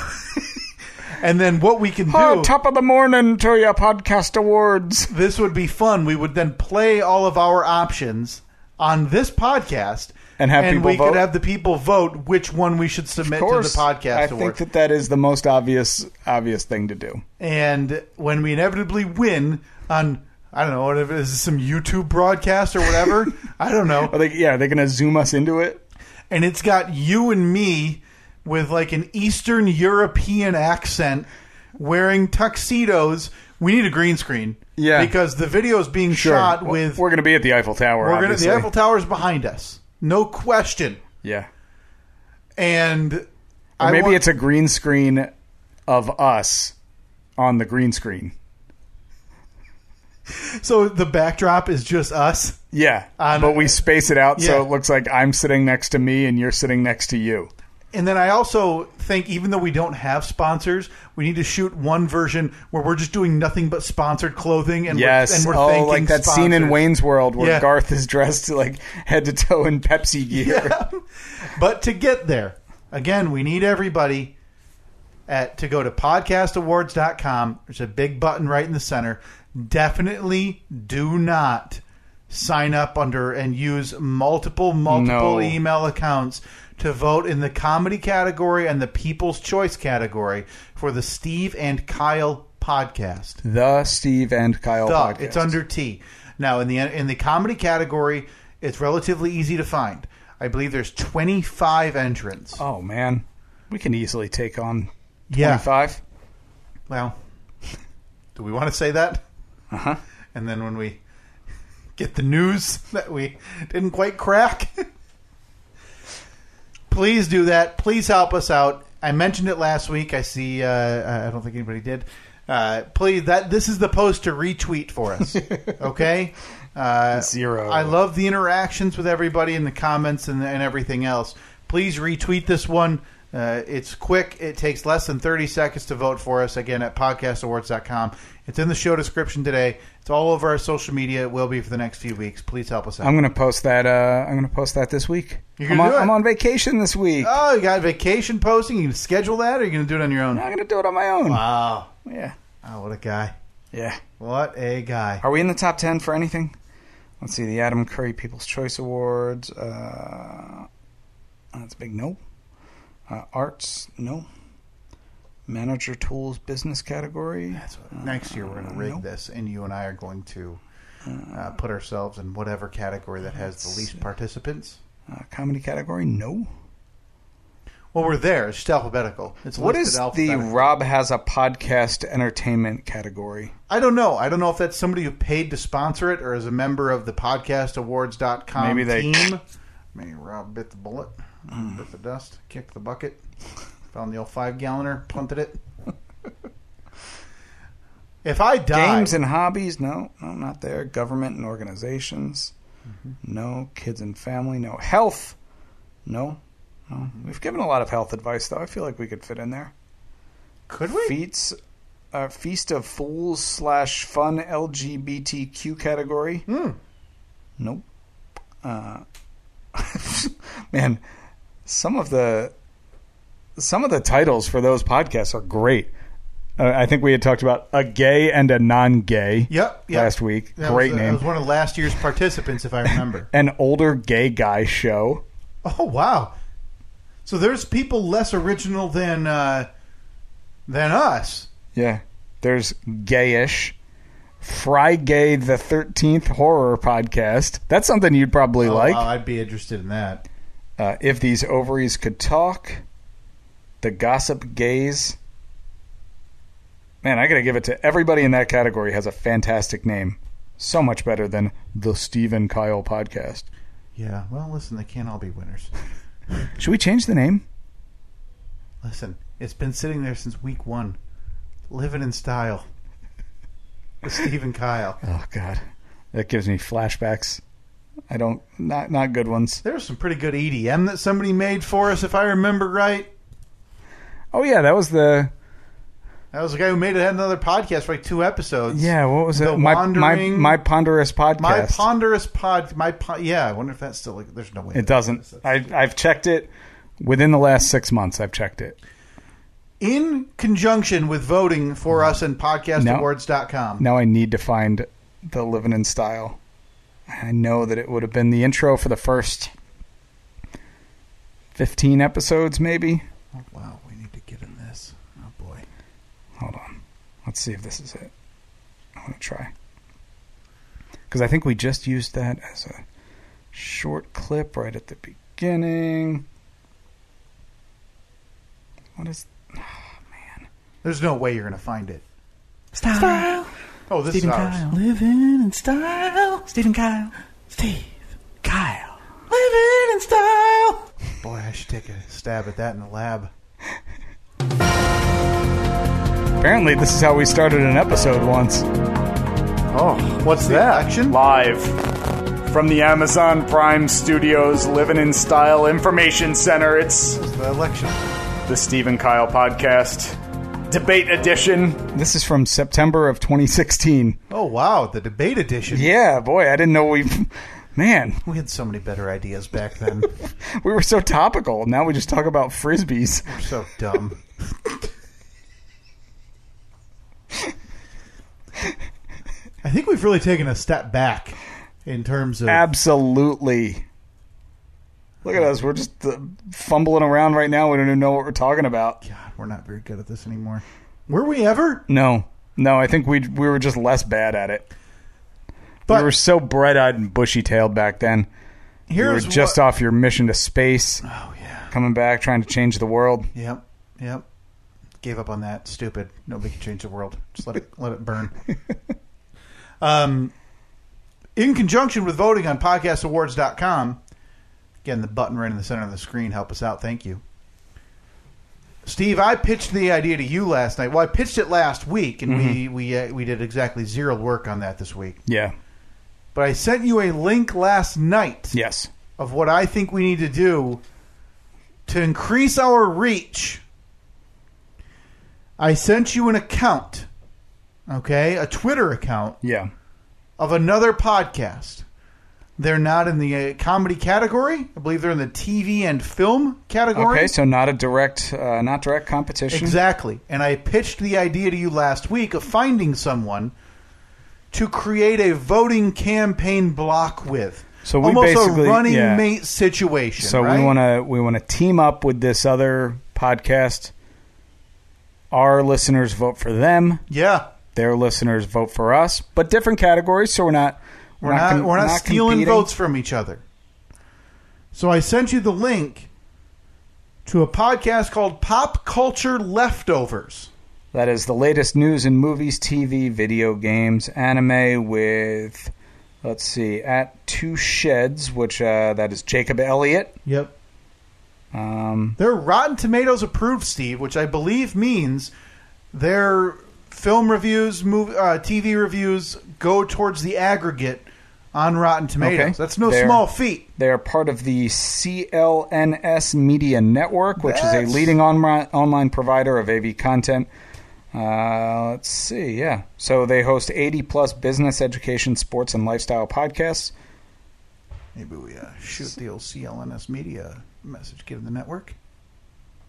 and then what we can Oh, do, top of the morning to your podcast awards. this would be fun. We would then play all of our options on this podcast. And have people we vote? could have the people vote which one we should submit to Of the course, podcast I award. think that that is the most obvious obvious thing to do. and when we inevitably win on, I don't know, whatever, is this some YouTube broadcast or [laughs] whatever? I don't know. Are they, yeah, are they going to zoom us into it? and it's got you and me with like an Eastern European accent wearing tuxedos. We need a green screen. Yeah. Because the video is being shot We're- with we're we're, going to be at the Eiffel Tower. gonna obviously. the Eiffel Tower's behind us. No question. Yeah, And or I maybe want- it's a green screen of us on the green screen. so the backdrop is just us. Yeah, On- but we space it out so Yeah. it looks like I'm sitting next to me and you're sitting next to you. And then I also think even though we don't have sponsors, we need to shoot one version where we're just doing nothing but sponsored clothing and yes, we're, and we're oh, thanking like that scene in sponsors. Wayne's World where Yeah. Garth is dressed like head to toe in Pepsi gear. But to get there, again, we need everybody at to go to podcastawards.com. There's a big button right in the center. Definitely do not sign up under and use multiple multiple No. email accounts to vote in the comedy category and the people's choice category for the Steve and Kyle podcast The Steve and Kyle duh, podcast. It's under T. Now in the in the comedy category, it's relatively easy to find. I believe there's 25 entrants. Oh man, we can easily take on yeah. 25. Well, [laughs] do we want to say that? Uh huh. And then when we get the news [laughs] that we didn't quite crack, [laughs] please do that. Please help us out. I mentioned it last week. I see. Uh, I don't think anybody did. Uh, please, that this is the post to retweet for us. Okay. Uh, Zero. I love the interactions with everybody in the comments and, and everything else. Please retweet this one. Uh, it's quick. It takes less than 30 seconds to vote for us. Again, at podcastawards.com. It's in the show description today. It's all over our social media. It will be for the next few weeks. Please help us out. I'm gonna post that. Uh, I'm gonna post that this week. You're I'm gonna on, do it? I'm on vacation this week. oh, you got vacation posting? You can schedule that or you going to do it on your own? I'm gonna do it on my own. Wow. Yeah, Oh, what a guy. yeah. What a guy. Are we in the top ten for anything? Let's see the Adam Curry People's Choice Awards. Uh, that's a big no. Uh, arts no. manager tools business category. That's what- next year we're going to rig nope. this, and you and I are going to uh, put ourselves in whatever category that has the least participants. Uh, comedy category? No. Well, we're there. It's just alphabetical. It's What listed is the alphabetically. Rob has a podcast entertainment category? I don't know. I don't know if that's somebody who paid to sponsor it or is a member of the podcastawards.com Maybe they- [laughs] Mm. team. Maybe Rob bit the bullet, bit the dust, kicked the bucket, found the old five galloner, punted [laughs] it. If I die, Games and hobbies? No, no, not there. Government and organizations? Mm-hmm. No. Kids and family? No. Health? No. No. We've given a lot of health advice, though. I feel like we could fit in there. could we? Feats, uh, Feast of Fools slash fun LGBTQ category? Hmm. Nope. Uh, [laughs] man, some of the some of the titles for those podcasts are great. Uh, I think we had talked about a gay and a non-gay Yep. yep. last week. That great was, uh, That name. was one of last year's participants, if I [laughs] remember. An older gay guy show. oh wow! So there's people less original than uh, than us. Yeah. There's gayish. Fry Gay the 13th horror podcast. That's something you'd probably Oh, like. wow, I'd be interested in that. Uh, if these ovaries could talk, the gossip gaze. Man, I gotta give it to everybody in that category has a fantastic name. So much better than the Stephen Kyle podcast. Yeah. Well, listen, they can't all be winners. Should we change the name? Listen, it's been sitting there since week one, living in style. [laughs] With Steve and Kyle. Oh God, that gives me flashbacks. I don't not not good ones. There was some pretty good EDM that somebody made for us, if I remember right. Oh yeah, that was the That was the guy who made it had another podcast for like two episodes. yeah. What was The it? My my Wandering- my ponderous podcast. My ponderous pod. My pod, yeah. I wonder if that's still like. There's no way it doesn't. I I've checked it within the last six months. I've checked it. in conjunction with voting for us and podcastawards.com. Now I need to find the living in style. I know that it would have been the intro for the first 15 episodes, maybe. Oh, wow, we need to get in this. Oh boy. Hold on. Let's see if this is it. I want to try. Because I think we just used that as a short clip right at the beginning. What is. There's no way you're gonna find it. Style. Style. Oh, this Stephen is ours. Kyle. Living in style. Stephen Kyle. Steve. Kyle. Living in style. Boy, I should take a stab at that in the lab. Apparently, this is how we started an episode once. Oh, what's that? Action? Live from the Amazon Prime Studios Living in Style Information Center, it's It's the election. the Stephen Kyle Podcast Debate Edition. This is from September of 2016. Oh wow, the debate edition. Yeah, boy, I didn't know we. Man, We had so many better ideas back [laughs] then. we were so topical. Now we just talk about frisbees. We're so [laughs] dumb. I think we've really taken a step back in terms of Absolutely. Look at us. We're just uh, fumbling around right now. We don't even know what we're talking about. God, we're not very good at this anymore. Were we ever? No, no, I think we we were just less bad at it. But- we were so bright eyed and bushy tailed back then. You were Here's just what- off your mission to space, Oh yeah. coming back, trying to change the world. Yep. Yep. Gave up on that. Stupid. Nobody can change the world. Just let [laughs] it let it burn. um, in conjunction with voting on podcastawards.com, again the button right in the center of the screen. Help us out. Thank you. Steve, I pitched the idea to you last night. Well, I pitched it last week, and Mm-hmm. we we uh, we did exactly zero work on that this week. Yeah. But I sent you a link last night. Yes. of what I think we need to do to increase our reach. I sent you an account, okay, a Twitter account Yeah. of another podcast. They're not in the uh, comedy category. I believe they're in the TV and film category. Okay. So not a direct, uh, not direct competition. Exactly. And I pitched the idea to you last week of finding someone to create a voting campaign block with. So we Almost basically- a running yeah. mate situation. So right? we want to we want to team up with this other podcast Our listeners vote for them. Yeah. Their listeners vote for us, but different categories, so we're not We're not, com- we're not, stealing competing. votes from each other. So I sent you the link to a podcast called Pop Culture Leftovers. That is the latest news in movies, TV, video games, anime with, let's see, at Two Sheds, which uh, that is Jacob Elliott. Yep. Um, They're Rotten Tomatoes approved, Steve, which I believe means their film reviews, mov uh, TV reviews go towards the aggregate on Rotten Tomatoes. Okay. That's no There. small feat. they are part of the CLNS Media Network, which is That's- a leading onri- online provider of AV content. Uh, let's see, yeah. So they host 80 plus business, education, sports, and lifestyle podcasts. Maybe we uh, shoot the old CLNS media message, give them the network.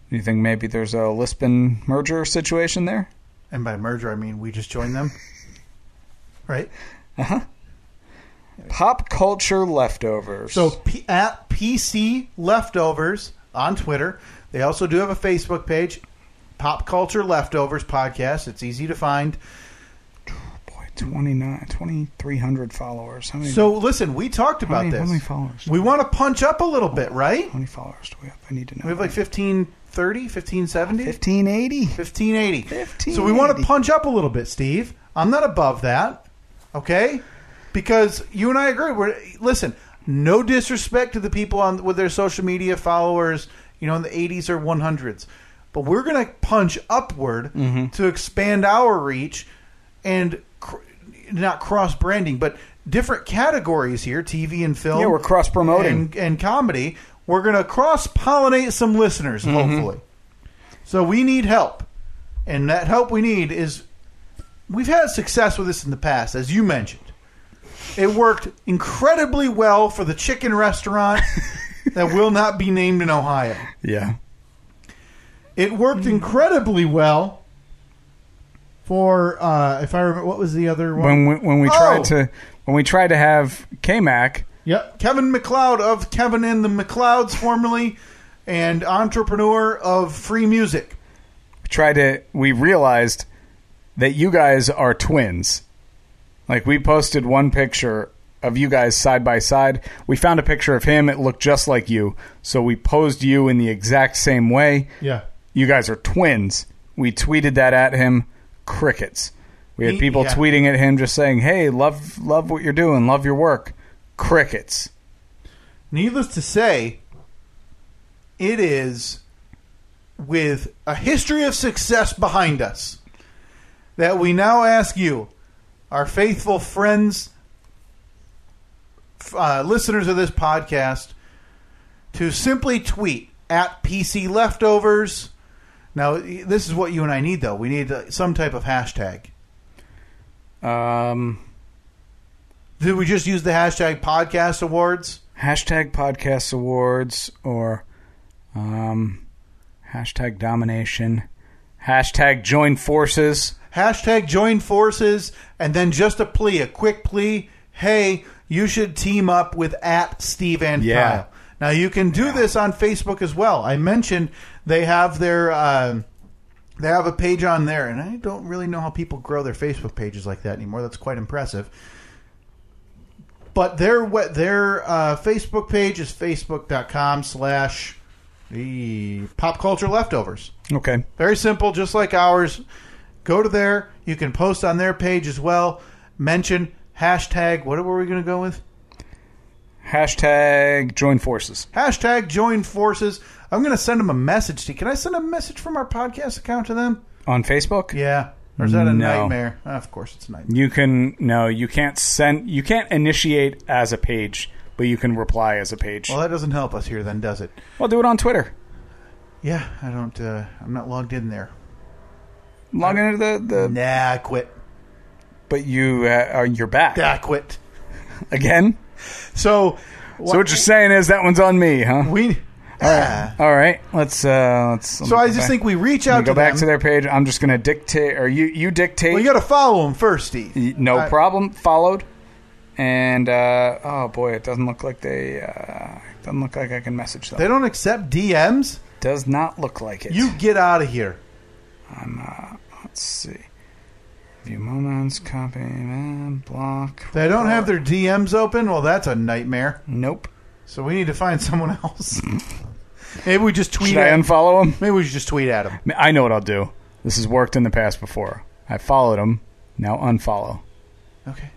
You think maybe there's a Lisbon merger situation there? And by merger, I mean we just join them. [laughs] right? Pop culture leftovers. So P- at PC Leftovers on Twitter. They also do have a Facebook page, Pop Culture Leftovers Podcast. It's easy to find. Boy, 29, 2,300 followers. How many, So listen, we talked how about many, how many this. followers? We want to punch up a little bit, right? how many followers do we have? I need to know. We have like 1530, 1570, 1580. 1580. So we want to 1580. punch up a little bit, Steve. I'm not above that, okay? Because you and I agree. We're, listen, no disrespect to the people on with their social media followers, you know, in the 80s or 100s, but we're going to punch upward to expand our reach and cr- not cross branding, but different categories here: TV and film. Yeah, we're cross-promoting. and, and comedy. We're going to cross pollinate some listeners, Mm-hmm. hopefully. So we need help. And that help we need is we've had success with this in the past, as you mentioned. It worked incredibly well for the chicken [laughs] restaurant that will not be named in Ohio. Yeah. It worked Mm-hmm. incredibly well for uh, if I remember what was the other one? When we, when we Oh! tried to when we tried to have KMAC, Yep. Kevin McLeod of Kevin and the McLeods formerly and entrepreneur of free music. we tried to we realized that you guys are twins. Like we posted one picture of you guys side by side. We found a picture of him. It looked just like you. So we posed you in the exact same way. Yeah. you guys are twins. We tweeted that at him. Crickets. We had He- people yeah. tweeting at him just saying, "Hey, love love what you're doing. Love your work." Crickets. Needless to say, it is with a history of success behind us that we now ask you, our faithful friends, f- uh, listeners of this podcast, to simply tweet at PC Leftovers. Now, y- this is what you and I need, though. We need uh, some type of hashtag. Um, Did we just use the hashtag Podcast Awards? hashtag podcast awards or um, hashtag domination. Hashtag join forces. hashtag join forces and then just a plea a quick plea hey you should team up with at steve and Yeah. kyle now you can do this on facebook as well i mentioned they have their um they have a page on there and i don't really know how people grow their facebook pages like that anymore that's quite impressive but their what their uh, facebook page is facebook.com slash the pop culture leftovers Okay. very simple, just like ours. Go to there. You can post on their page as well. Mention hashtag. What were we going to go with? Hashtag join forces. Hashtag join forces. I'm going to send them a message. To, can I send a message from our podcast account to them? On Facebook? Yeah. Or is that a No. nightmare? Ah, of course, it's a nightmare. You can no, you can't send you can't initiate as a page, but you can reply as a page. Well, that doesn't help us here, then, does it? well do it on Twitter. Yeah, I don't. Uh, I'm not logged in there. log into the, the Nah, I quit. but you uh, are you're back Nah, I quit. again So, so what you're saying is that one's on me huh we. Ah. all right let's uh let's let So me I go just back. think we reach Let out me go to back them. to their page i'm just gonna dictate or you you dictate Well, you got to follow them first, Steve. Y- no I- problem followed and uh oh boy it doesn't look like they uh doesn't look like i can message them They don't accept DMs. does not look like it You get out of here. I'm, uh, let's see. View moments, copy, man, block. They don't have their DMs open. Well, that's a nightmare. Nope. So we need to find [laughs] someone else. maybe we just tweet Should I at unfollow him? Maybe we should just tweet at him. I mean, I know what I'll do. This has worked in the past before. I followed him. Now unfollow. Okay.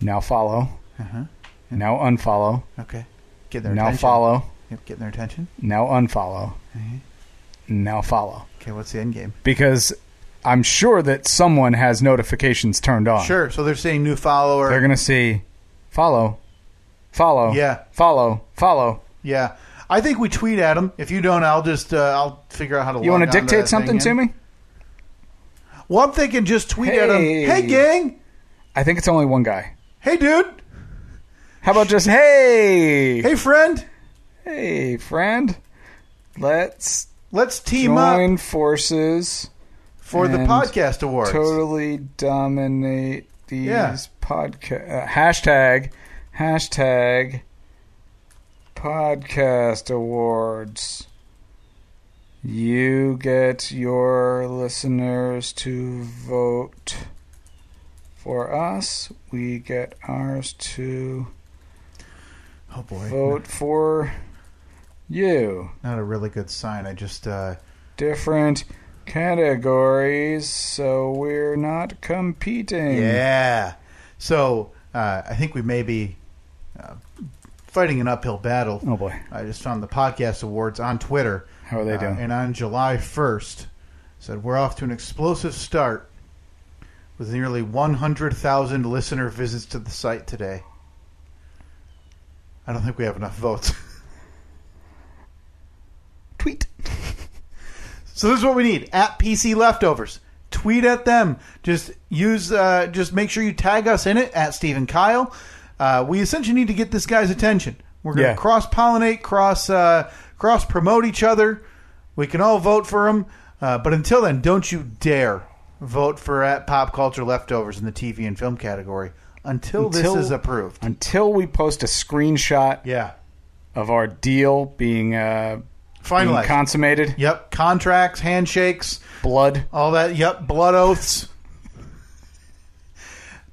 Now follow. Uh-huh. Now unfollow. Okay. Get their now attention. follow. Yep, getting their attention. Now unfollow. Mm-hmm. Now follow. Okay, what's the end game? Because I'm sure that someone has notifications turned on. Sure. So they're saying new follower. They're going to see follow, follow, Yeah. follow, follow. yeah. I think we tweet at him. If you don't, I'll just uh, I'll figure out how to. You want want to dictate something to me? Well, I'm thinking just tweet at him. Hey. Hey, gang. I think it's only one guy. Hey, dude. How about just hey, Hey, friend. hey, friend? Let's Let's team up join forces. for the and podcast awards. Totally dominate these Yeah. podcast uh, hashtag hashtag podcast awards. You get your listeners to vote for us. We get ours to Oh boy, vote for you. not a really good sign. I just uh, Different categories, so we're not competing. yeah. So uh, I think we may be uh, fighting an uphill battle. Oh boy. I just found the podcast awards on Twitter. How are they Uh, doing? and on July 1st, said we're off to an explosive start with nearly 100,000 listener visits to the site today. I don't think we have enough votes. [laughs] Tweet. so this is what we need at PC Leftovers. Tweet at them. Just use. Uh, just make sure you tag us in it at Stephen Kyle. Uh, we essentially need to get this guy's attention. We're going to Yeah. cross pollinate, cross uh, cross promote each other. We can all vote for him. Uh, but until then, don't you dare vote for at Pop Culture Leftovers in the TV and film category until, Until- this is approved. until we post a screenshot Yeah, of our deal being, uh, being finalized. consummated, yep, contracts, handshakes. blood. All that, yep, blood oaths.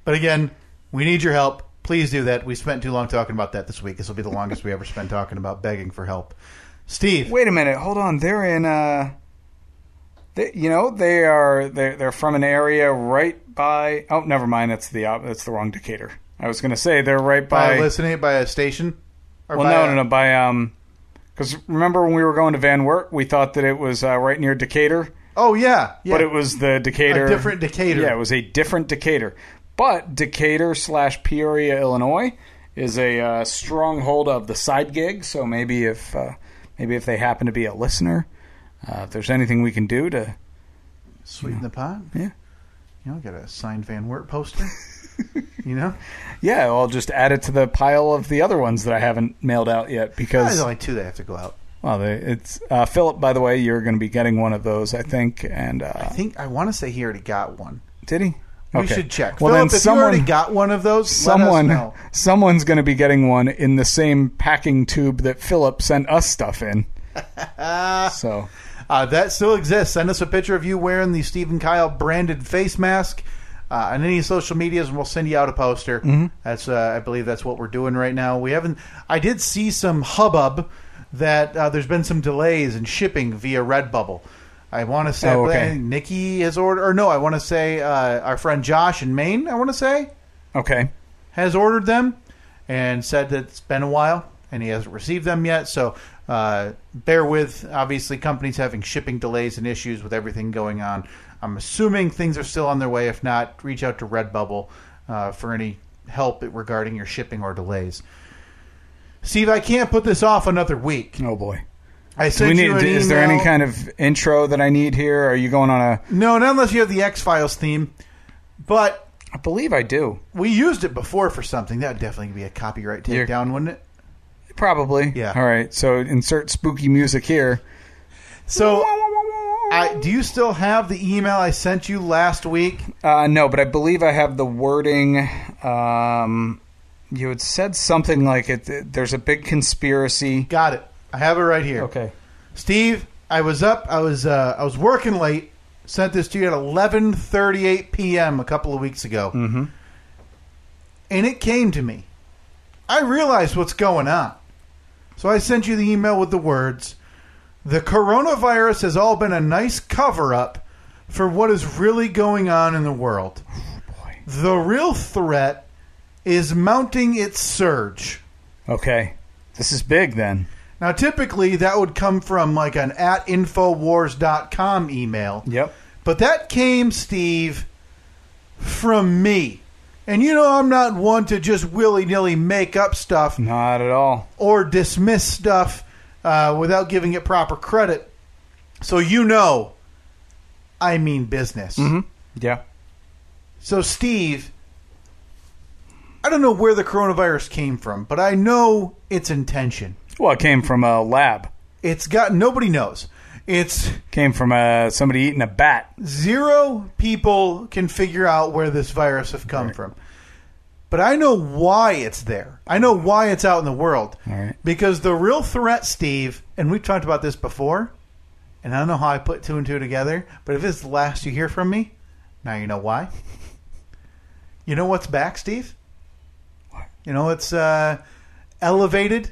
but again, we need your help. Please do that. We spent too long talking about that this week. This will be the longest we ever spent talking about begging for help. Steve, Wait a minute, hold on. They're in, uh, they, you know, they are they're, they're from an area right by. Oh, never mind. That's the op- that's the wrong Decatur. I was going to say they're right by by. listening by a station? Or well, by no, a- no, no, by um. Because remember when we were going to Van Wert, we thought that it was uh, right near Decatur, Oh, yeah. yeah. but it was the Decatur a different Decatur. Yeah, it was a different Decatur. But Decatur slash Peoria, Illinois, is a uh, stronghold of the side gig. So maybe if uh, maybe if they happen to be a listener, uh, if there's anything we can do to Sweeten the pot. Yeah. You know, got a signed Van Wert [laughs] poster. you know? yeah, I'll just add it to the pile of the other ones that I haven't mailed out yet There's because only two that have to go out. well, they, it's uh, Philip. By the way, you're going to be getting one of those, I think. And I uh, think I want to say he already got one. did he? We should check. Well, Philip, then if you already someone. got one of those, Someone, let us know. [laughs] someone's going to be getting one in the same packing tube that Philip sent us [laughs] stuff in. so Uh, that still exists. Send us a picture of you wearing the Stephen Kyle branded face mask uh, on any social medias, and we'll send you out a poster. Mm-hmm. That's uh, I believe that's what we're doing right now. We haven't. I did see some hubbub that uh, there's been some delays in shipping via Redbubble. I want to say Oh, okay. I think Nikki has ordered, or no, I want to say uh, our friend Josh in Maine. I want to say okay, has ordered them and said that it's been a while and he hasn't received them yet. So uh, bear with, obviously, companies having shipping delays and issues with everything going on. I'm assuming things are still on their way. If not, reach out to Redbubble uh, for any help regarding your shipping or delays. Steve, I can't put this off another week. oh boy. I Do sent we need? you an Is there any email- kind of intro that I need here? Are you going on a? No, not unless you have the X Files theme. But I believe I do. we used it before for something. That would definitely be a copyright You're- takedown, wouldn't it? Probably. Yeah. All right. So insert spooky music here. So I, do you still have the email I sent you last week? Uh, no, but I believe I have the wording. Um, you had said something like it. There's a big conspiracy. Got it. I have it right here. Steve, I was up. I was uh, I was working late, sent this to you at 11:38 p.m. a couple of weeks ago, mm-hmm. and it came to me. I realized what's going on, so I sent you the email with the words: "The coronavirus has all been a nice cover-up for what is really going on in the world. The real threat is mounting its surge." Okay. This is big then. Now, typically that would come from like an at infowars.com email. Yep. But that came, Steve, from me. And you know, I'm not one to just willy nilly make up stuff Not at all. or dismiss stuff uh, without giving it proper credit. So, you know, I mean business. Yeah. So, Steve, I don't know where the coronavirus came from, but I know its intention. Well, it came from a lab. It's got nobody knows. It's Came from uh, somebody eating a bat. zero people can figure out where this virus have come from. But I know why it's there. I know why it's out in the world. All right. Because the real threat, Steve, and we've talked about this before, and I don't know how I put two and two together, but if it's the last you hear from me, now you know why. [laughs] You know what's back, Steve? You know it's uh, elevated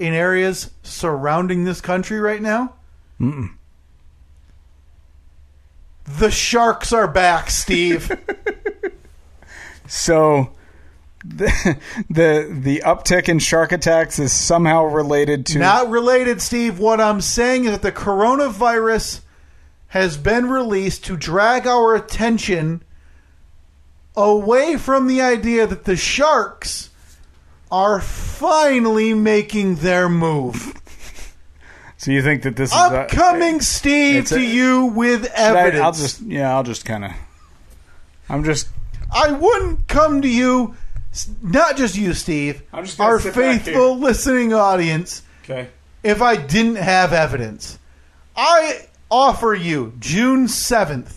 in areas surrounding this country right now. Mm-mm. The sharks are back, Steve. So [laughs] the, the the uptick in shark attacks is somehow related to Not related, Steve. What I'm saying is that the coronavirus has been released to drag our attention away from the idea that the sharks are finally making their move. So you think that this is a- I'm coming, Steve, it's a- to you with I, evidence. I'll just yeah, I'll just kind of I'm just I wouldn't come to you, s- not just you, Steve, I'm just gonna our sit back faithful listening audience, okay. if I didn't have evidence. I offer you June 7th,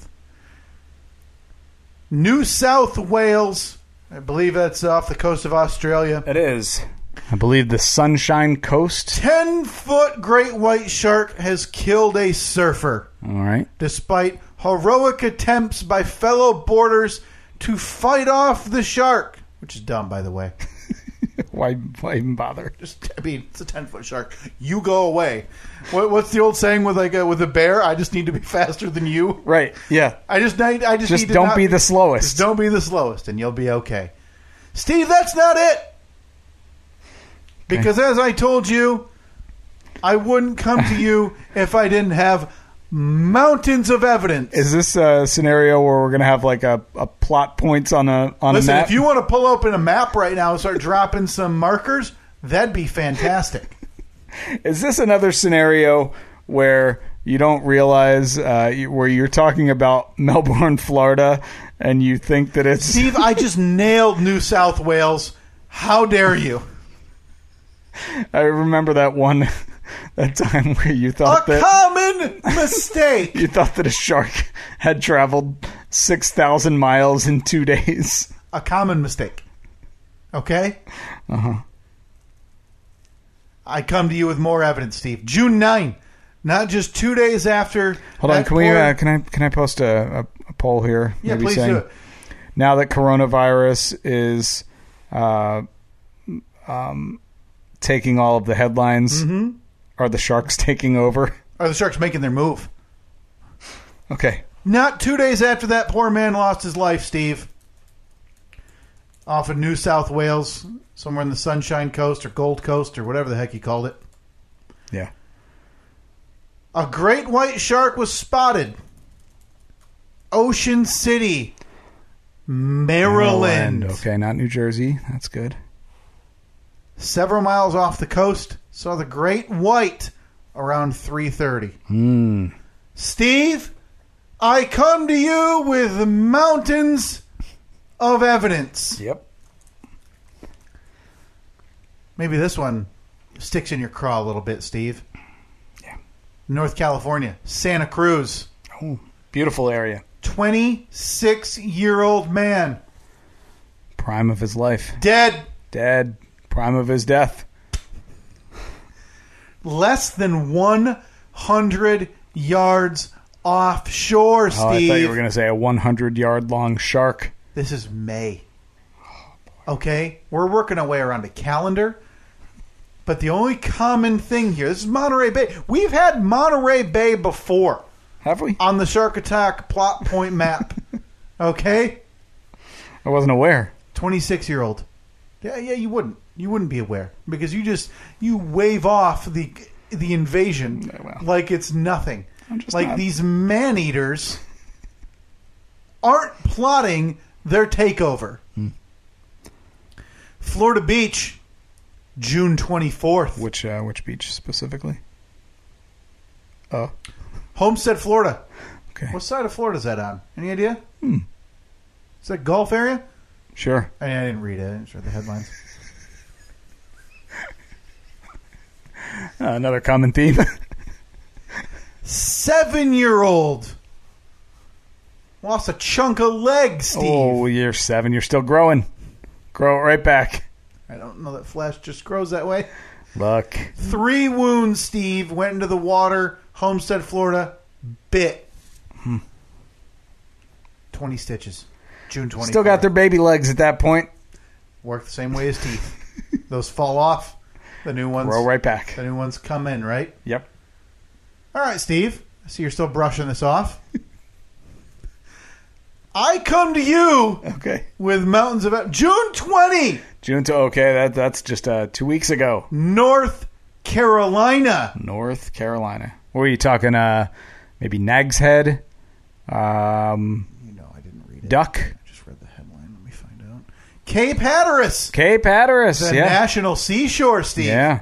New South Wales. I believe that's off the coast of Australia. It is. I believe the Sunshine Coast. 10 foot great white shark has killed a surfer. All right. despite heroic attempts by fellow boarders to fight off the shark, which is dumb, by the way. [laughs] Why why even bother? Just, I mean, it's a ten foot shark. You go away. What, what's the old saying with like a, with a bear? I just need to be [laughs] faster than you. Right. Yeah. I just need. I just, Just need to don't not be the slowest. Just don't be the slowest, and you'll be okay. Steve, that's not it. Because as I told you, I wouldn't come to [laughs] you if I didn't have mountains of evidence. Is this a scenario where we're gonna have like a, a plot points on a on Listen, a map? if you want to pull open a map right now and start dropping some markers, that'd be [laughs] fantastic. Is this another scenario where you don't realize uh, you- where you're talking about [laughs] Melbourne, Florida, and you think that it's Steve, I just nailed New South Wales. How dare you? I remember that one [laughs] that time where you A thought that common mistake. you thought that a shark [laughs] had traveled 6,000 miles in 2 days. A common mistake. Okay? Uh huh. Uh-huh. I come to you with more evidence, Steve. June 9, not just two days after. Hold on, that can we poor- uh, can I can I post a, a, a poll here yeah, please do it. now that coronavirus is uh, um, taking all of the headlines Mm-hmm. are the sharks [laughs] taking over? Are the Sharks making their move? Okay. Not two days after that poor man lost his life, Steve. Off of New South Wales, somewhere in the Sunshine Coast or Gold Coast or whatever the heck he called it. Yeah. A great white shark was spotted. Ocean City, Maryland. Okay, not New Jersey. That's good. Several miles off the coast, saw the great white around 3:30. Steve, I come to you with mountains of evidence. Yep. Maybe this one sticks in your craw a little bit, Steve. Yeah. North California, Santa Cruz. Oh, beautiful area. 26 year old man Prime of his life. dead Dead. Prime of his death. less than 100 yards offshore, Steve. Oh, I thought you were going to say a 100 yard long shark. This is May. Okay? We're working our way around a calendar. But the only common thing here, this is Monterey Bay. We've had Monterey Bay before Have we? on the Shark Attack plot point [laughs] map. okay? I wasn't aware. 26 year old. Yeah, yeah, you wouldn't. You wouldn't be aware because you just you wave off the the invasion Yeah, well. like it's nothing. I'm just Like not- these man eaters aren't plotting their takeover. Hmm. Florida Beach, June 24th. Which uh, which beach specifically? Oh, Homestead, Florida. okay. What side of Florida is that on? Any idea? Hmm. Is that Gulf area? Sure. I, mean, I didn't read it. I didn't read the headlines. Uh, another common theme. [laughs] Seven year old lost a chunk of leg, Steve. oh, you're seven. You're still growing. Grow it right back. I don't know that flesh just grows that way. Look. Three wounds, Steve. Went into the water, Homestead, Florida. Bit. Hmm. 20 stitches. June 20. Still got their baby legs at that point. Work the same way as [laughs] teeth. Those fall off. The new ones. Grow right back. The new ones come in, right? Yep. All right, Steve. I see you're still brushing this [laughs] off. I come to you Okay. with mountains of June 20, June to okay. That that's just uh, two weeks ago. North Carolina. North Carolina. What were you talking? Uh, maybe Nag's Head, um, You know, I didn't read it. Duck, I just read the headline. Let me find out. Cape Hatteras, Cape Hatteras. the yeah, national seashore, Steve. yeah.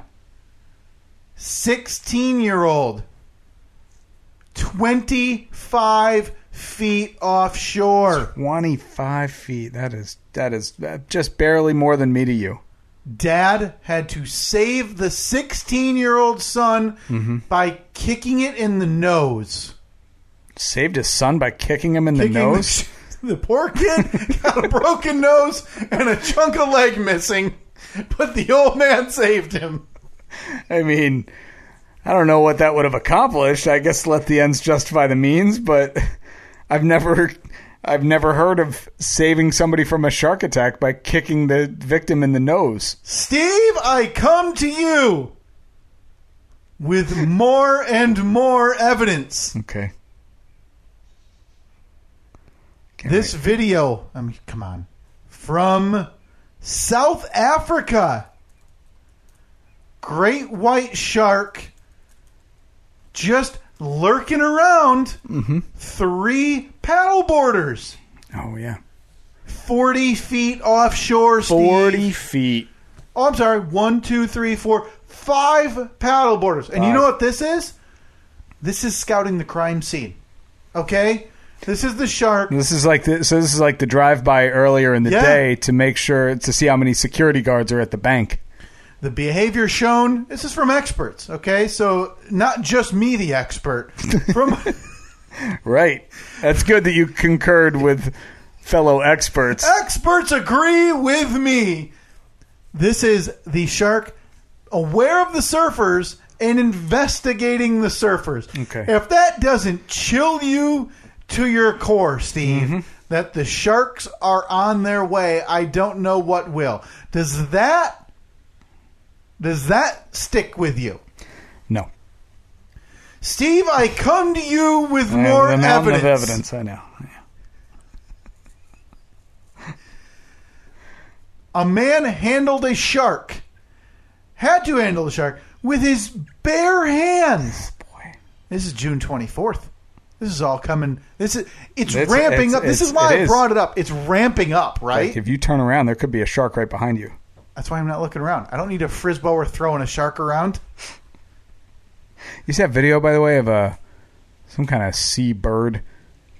16 year old, 25 feet offshore, Twenty-five feet. That is that is uh, just barely more than me to you. dad had to save the 16 year old son Mm-hmm. by kicking it in the nose. Saved his son by kicking him in the Kicking nose. [laughs] The poor kid got a broken nose and a chunk of leg missing, but the old man saved him. I mean, I don't know what that would have accomplished. I guess let the ends justify the means, but [laughs] I've never I've never heard of saving somebody from a shark attack by kicking the victim in the nose. Steve, I come to you with more and more evidence. Okay. Can't This wait. video, I mean, come on, from South Africa. Great white shark just lurking around. Mm-hmm. Three paddleboarders, Oh yeah. 40 feet offshore. Steve. Forty feet. Oh, I'm sorry. One, two, three, four, five paddle boarders. And you Five. know what this is? This is scouting the crime scene. Okay? This is the shark. This is like the, so. This is like the drive by earlier in the Yeah. day to make sure to see how many security guards are at the bank. The behavior shown. This is from experts. Okay? So, not just me, the expert. [laughs] From. Right. That's good that you concurred with fellow experts. Ah. experts agree with me. This is the shark aware of the surfers and investigating the surfers. Okay. If that doesn't chill you to your core, Steve, Mm-hmm. that the sharks are on their way, I don't know what will. Does that does that stick with you? No. Steve, I come to you with And more the mountain evidence. of evidence. I know. A man handled a shark, had to handle the shark with his bare hands. Boy, This is June 24th. This is all coming. This is it's, It's- ramping it's- up. This it's- is why I it is. brought it up. It's ramping up, right? like if you turn around, there could be a shark right behind you. That's why I'm not looking around. I don't need a frisbee throwing a shark around. You see that video, by the way, of a some kind of sea bird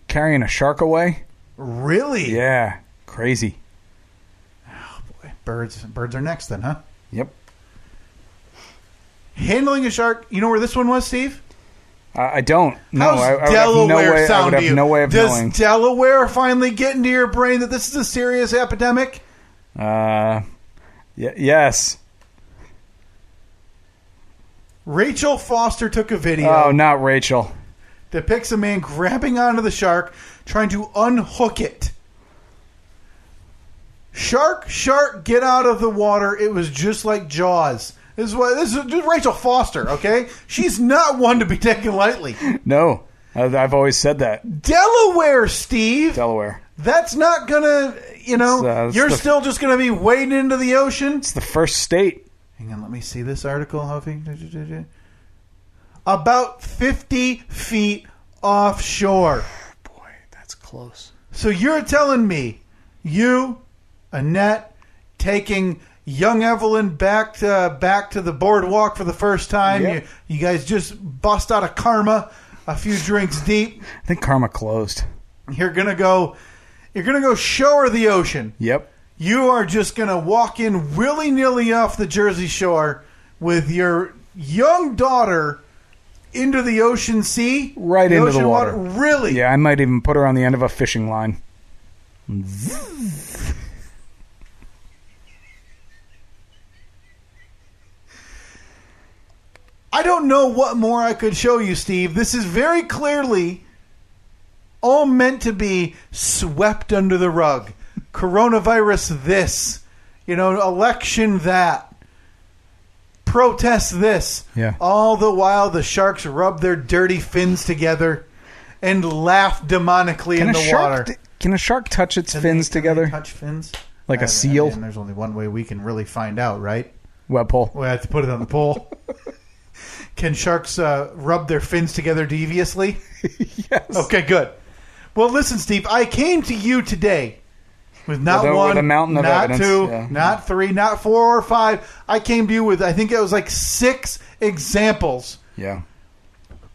carrying a shark away? Really? Yeah, crazy. Birds birds are next then, huh? Yep. Handling a shark. You know where this one was, Steve? I, I don't. No, How's I, I would have no Delaware way. I sound would to you? have no way of Does knowing. Delaware finally get into your brain that this is a serious epidemic? Uh, y- yes. Rachel Foster took a video. Oh, not Rachel. depicts a man grabbing onto the shark, trying to unhook it. Shark, shark, get out of the water. It was just like Jaws. This is what this is this is Rachel Foster, okay? She's not one to be taken lightly. No, I've, I've always said that. Delaware, Steve. Delaware. that's not gonna you know It's, uh, it's you're the- still just gonna be wading into the ocean. It's the first state. Hang on, let me see this article, Huffy. About 50 feet offshore. Boy, that's close. So you're telling me you, Annette, taking young Evelyn back to back to the boardwalk for the first time. Yep. You, you guys just bust out of karma a few drinks deep. I think Karma closed. You're gonna go you're gonna go show her the ocean. Yep. you are just going to walk in willy nilly off the Jersey Shore with your young daughter into the ocean sea, Right into the ocean water. Really? Yeah, I might even put her on the end of a fishing line. I don't know what more I could show you, Steve. This is very clearly all meant to be swept under the rug. Coronavirus, this. You know, election, that. Protest, this. Yeah. All the while, the sharks rub their dirty fins together and laugh demonically Can in a the shark? water. t- can a shark touch its Can fins they- can together? they touch fins? Like a I- I seal? mean, there's only one way we can really find out, right? Web hole. We have to put it on the pole. Can sharks uh, rub their fins together [laughs] deviously? [laughs] yes. Okay, good. Well, listen, Steve. I came to you today with not With a- with one, a mountain of not evidence, two, yeah. not three, not four or five. I came to you with I think it was like six examples, Yeah.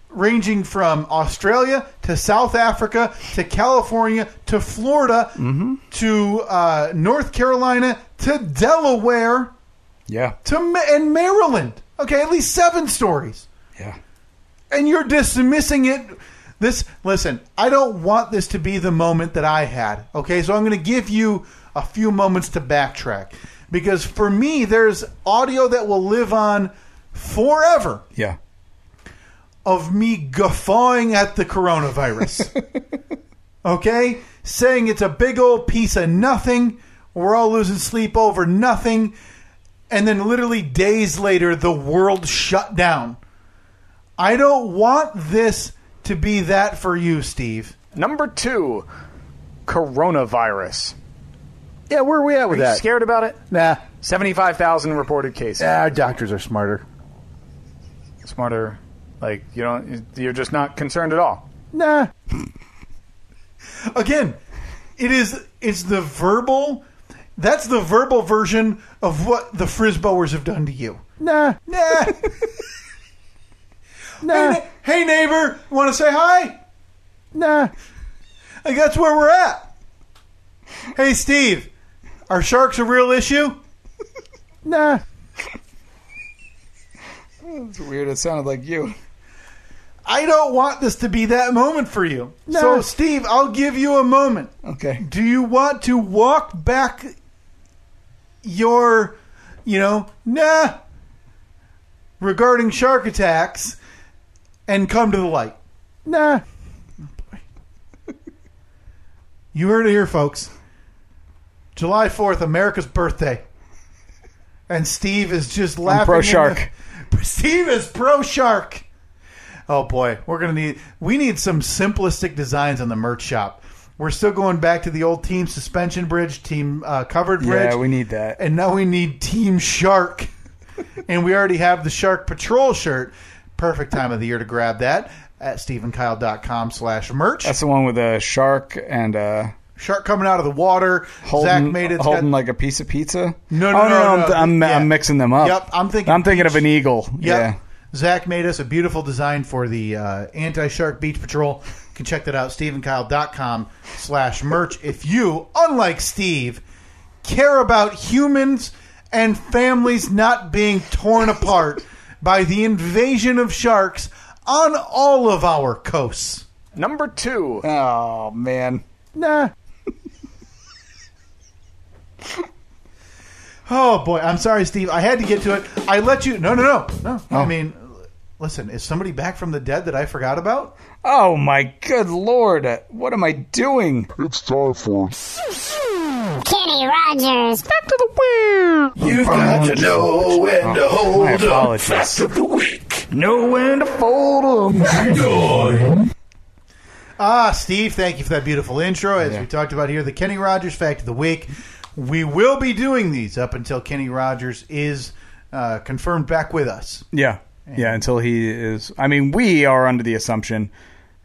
ranging from Australia to South Africa to California to Florida Mm-hmm. to uh, North Carolina to Delaware Yeah. to Ma- and Maryland. Okay, at least seven stories Yeah. and you're dismissing it. This listen, I don't want this to be the moment that I had. Okay, so I'm going to give you a few moments to backtrack because for me, there's audio that will live on forever Yeah. of me guffawing at the coronavirus. okay? Saying it's a big old piece of nothing. We're all losing sleep over nothing. And then, literally days later, the world shut down. I don't want this to be that for you, Steve. Number two, coronavirus. Yeah, where are we at with You that? scared about it? Nah, 75,000 reported cases. nah, our doctors are smarter. Smarter. Like, you don't, you're just not concerned at all. Nah, [laughs] Again, it is it's the verbal that's the verbal version of what the frisbowers have done to you. nah, [laughs] Nah. nah, Hey, hey neighbor, want to say hi? nah. Like that's where we're at. Hey Steve, are sharks a real issue? [laughs] Nah. It's weird. It sounded like you. I don't want this to be that moment for you. So No. Steve, I'll give you a moment. Okay. Do you want to walk back your, you know, nah regarding shark attacks and come to the light? Nah. [laughs] You heard it here, folks. July 4th, America's birthday. And Steve is just laughing. in pro-shark. the- [laughs] Steve is pro shark. Oh boy, we're gonna need we need some simplistic designs on the merch shop. We're still going back to the old team suspension bridge, team uh, covered bridge. Yeah, we need that. and now we need Team [laughs] Shark. and we already have the Shark Patrol shirt. Perfect time of the year to grab that at stephenkyle.com slash merch. That's the one with a shark and uh, Shark coming out of the water. holding, Zach made it. It's holding got- like a piece of pizza. No, no, oh, no, I'm, no. I'm, Yeah. I'm mixing them up. Yep, I'm thinking I'm thinking of beach. an eagle. Yep. Yeah. Zach made us a beautiful design for the uh, anti-shark beach patrol. You can check that out, stephenkyle.com slash merch. if you, unlike Steve, care about humans and families not being torn apart by the invasion of sharks on all of our coasts. Number two, Oh man. Nah. [laughs] Oh boy, I'm sorry, Steve. I had to get to it. I let you. No, no, no, no. I mean, Listen, is somebody back from the dead that I forgot about? Oh my good lord! What am I doing? It's time for Kenny Rogers. Back to the wheel. You've got to know when to hold Oh, My up. apologies. Fact of the week. Know when to fold 'em. Ah, Steve, thank you for that beautiful intro. As we talked about here, the Kenny Rogers fact of the week. We will be doing these up until Kenny Rogers is uh, confirmed back with us. Yeah, yeah. Until he is. I mean, we are under the assumption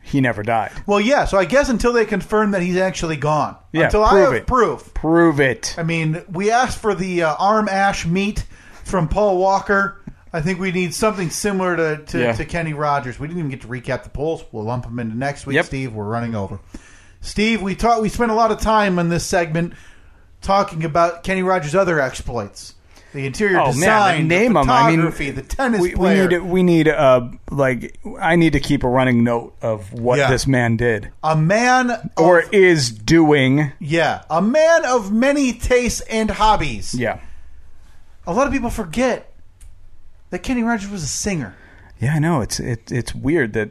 he never died. Well, yeah. So I guess until they confirm that he's actually gone. Yeah, until I prove have it. proof. Prove it. I mean, we asked for the uh, arm ash meat from Paul Walker. I think we need something similar to, to, Yeah. to Kenny Rogers. We didn't even get to recap the polls. We'll lump them into next week, Yep. Steve. We're running over. Steve, we taught we spent a lot of time in this segment talking about Kenny Rogers' other exploits. The interior Oh, man, design, name the 'em. I mean, photography, the tennis we, we player. need we need uh like I need to keep a running note of what Yeah. this man did a man or of, is doing. yeah, a man of many tastes and hobbies. Yeah, A lot of people forget that Kenny Rogers was a singer. yeah. I know it's it, it's weird that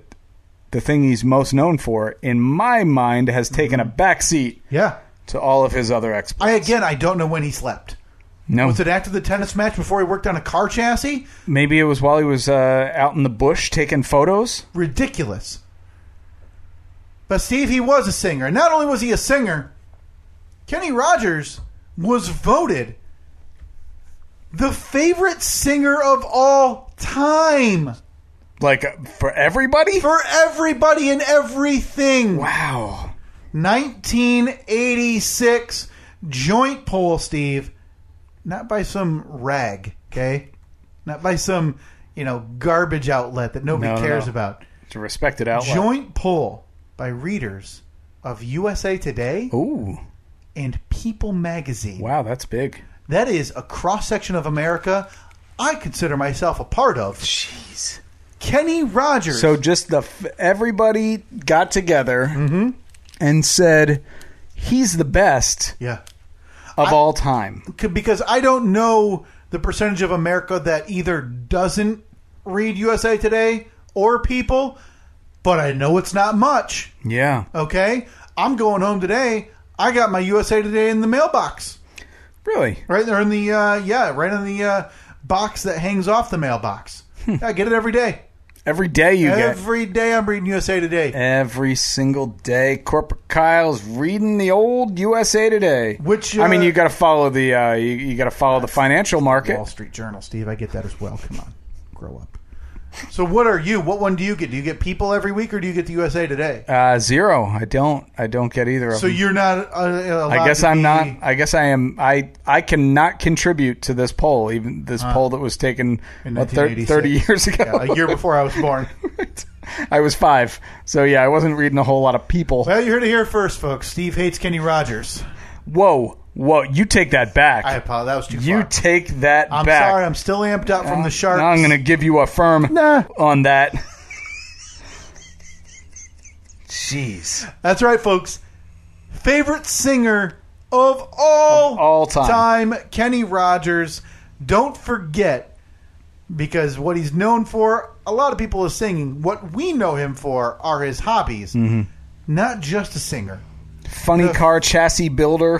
the thing he's most known for, in my mind, has taken a backseat Yeah. to all of his other exploits. I again, I don't know when he slept. no, Was it after the tennis match before he worked on a car chassis? maybe it was while he was uh, out in the bush taking photos. Ridiculous. But Steve, he was a singer. And not only was he a singer, Kenny Rogers was voted the favorite singer of all time Like uh, for everybody. for everybody and everything. wow. 1986 joint poll, Steve. Not by some rag, okay? Not by some, you know, garbage outlet that nobody No, no, cares no. about. It's a respected outlet. Joint poll by readers of USA Today Ooh, and People Magazine. wow, that's big. That is a cross section of America I consider myself a part of. Jeez. Kenny Rogers. So just the f- everybody got together and said he's the best yeah. of all time. c- because I don't know the percentage of America that either doesn't read USA Today or People, but I know it's not much. Yeah, Okay, I'm going home today. I got my USA Today in the mailbox, really. right there in the uh, yeah, right in the uh, box that hangs off the mailbox. I get it every day. Every day Hmm. you get Every day I'm reading USA Today, every single day. Corporate Kyle's reading the old USA Today. which uh, I mean, you got to follow the uh, you, you got to follow the financial market. Wall Street Journal, Steve. I get that as well. Come on, grow up. So, what are you? What one do you get? Do you get People every week, or do you get the USA Today? Uh, zero. I don't. I don't get either of So them. you're not. Uh, allowed I guess to I'm be- not. I guess I am. I I cannot contribute to this poll. Even this poll that was taken In what, thir- 1986. thirty years ago. Yeah, [laughs] a year [laughs] before I was born. I was five, so yeah, I wasn't reading a whole lot of people. Well, you heard it here first, folks. Steve hates Kenny Rogers. Whoa, whoa! You take that back. I apologize. That was too you far. take that I'm back. Uh, sorry. I'm still amped up from the sharks. Now I'm going to give you a firm Nah. on that. Jeez, That's right, folks. Favorite singer of all, all time. Kenny Rogers. Don't forget, because what he's known for, a lot of people are singing. What we know him for are his hobbies, Mm-hmm. not just a singer. funny car chassis builder,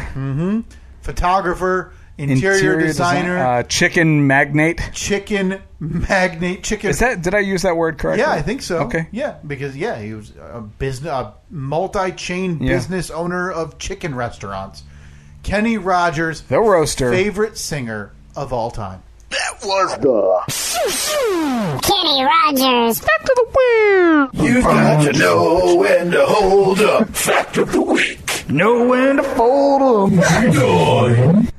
Photographer, interior, design- designer, uh, chicken magnate. chicken magnate, chicken Is that? Did I use that word correctly? Yeah, I think so. Okay. Yeah, because yeah, he was a business, a multi-chain Yeah. business owner of chicken restaurants. Kenny Rogers, The roaster. favorite singer of all time. Kenny Rogers. You've got to know when to hold up. Fact of the week. know when to fold 'em.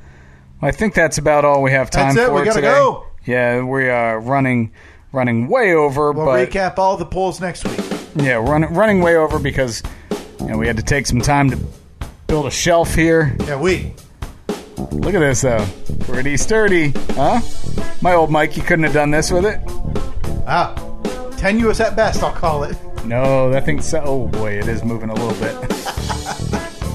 I think that's about all we have time That's it. for We gotta today. go. Yeah, we are running running way over, We'll but recap all the polls next week. yeah, run, running way over because you know, we had to take some time to build a shelf here. Yeah, we. Look at this though, pretty sturdy, huh? My old Mike, you couldn't have done this with it. Ah, tenuous at best, I'll call it. No, that thing's so. Oh boy, it is moving a little bit. [laughs]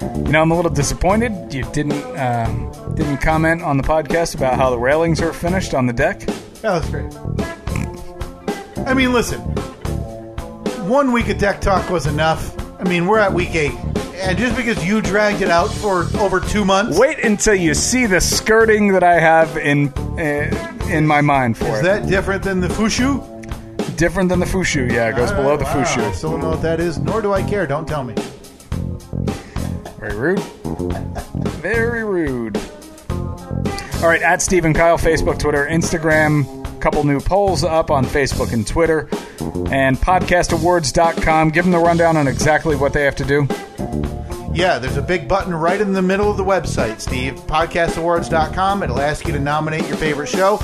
you know, I'm a little disappointed. You didn't um, didn't comment on the podcast about how the railings are finished on the deck. That was great. I mean, listen. One week of deck talk was enough. I mean, we're at week eight, and just because you dragged it out for over two months, Wait until you see the skirting that I have in uh, in my mind for is it. that different than the Fushu? Different than the Fushu, yeah. It goes below the Oh, Wow, I Fushu. still don't know what that is, nor do I care. Don't tell me. Very rude. Very rude. All right, at Stephen Kyle, Facebook, Twitter, Instagram. Couple new polls up on Facebook and Twitter. And podcastawards.com. Give them the rundown on exactly what they have to do. Yeah, there's a big button right in the middle of the website, Steve. Podcastawards.com. It'll ask you to nominate your favorite show.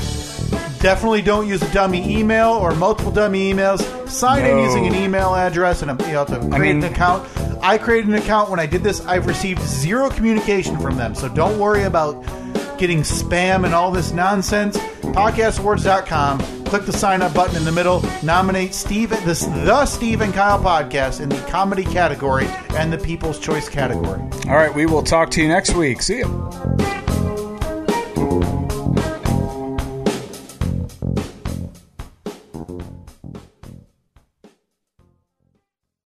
Definitely don't use a dummy email or multiple dummy emails. Sign in No. using an email address and a, you have to create mean- an account. I created an account when I did this. I've received zero communication from them, so don't worry about getting spam and all this nonsense. Podcastawards.com. Click the sign up button in the middle. Nominate Steve, this, the Steve and Kyle podcast in the comedy category and the People's Choice category. All right, we will talk to you next week. See you.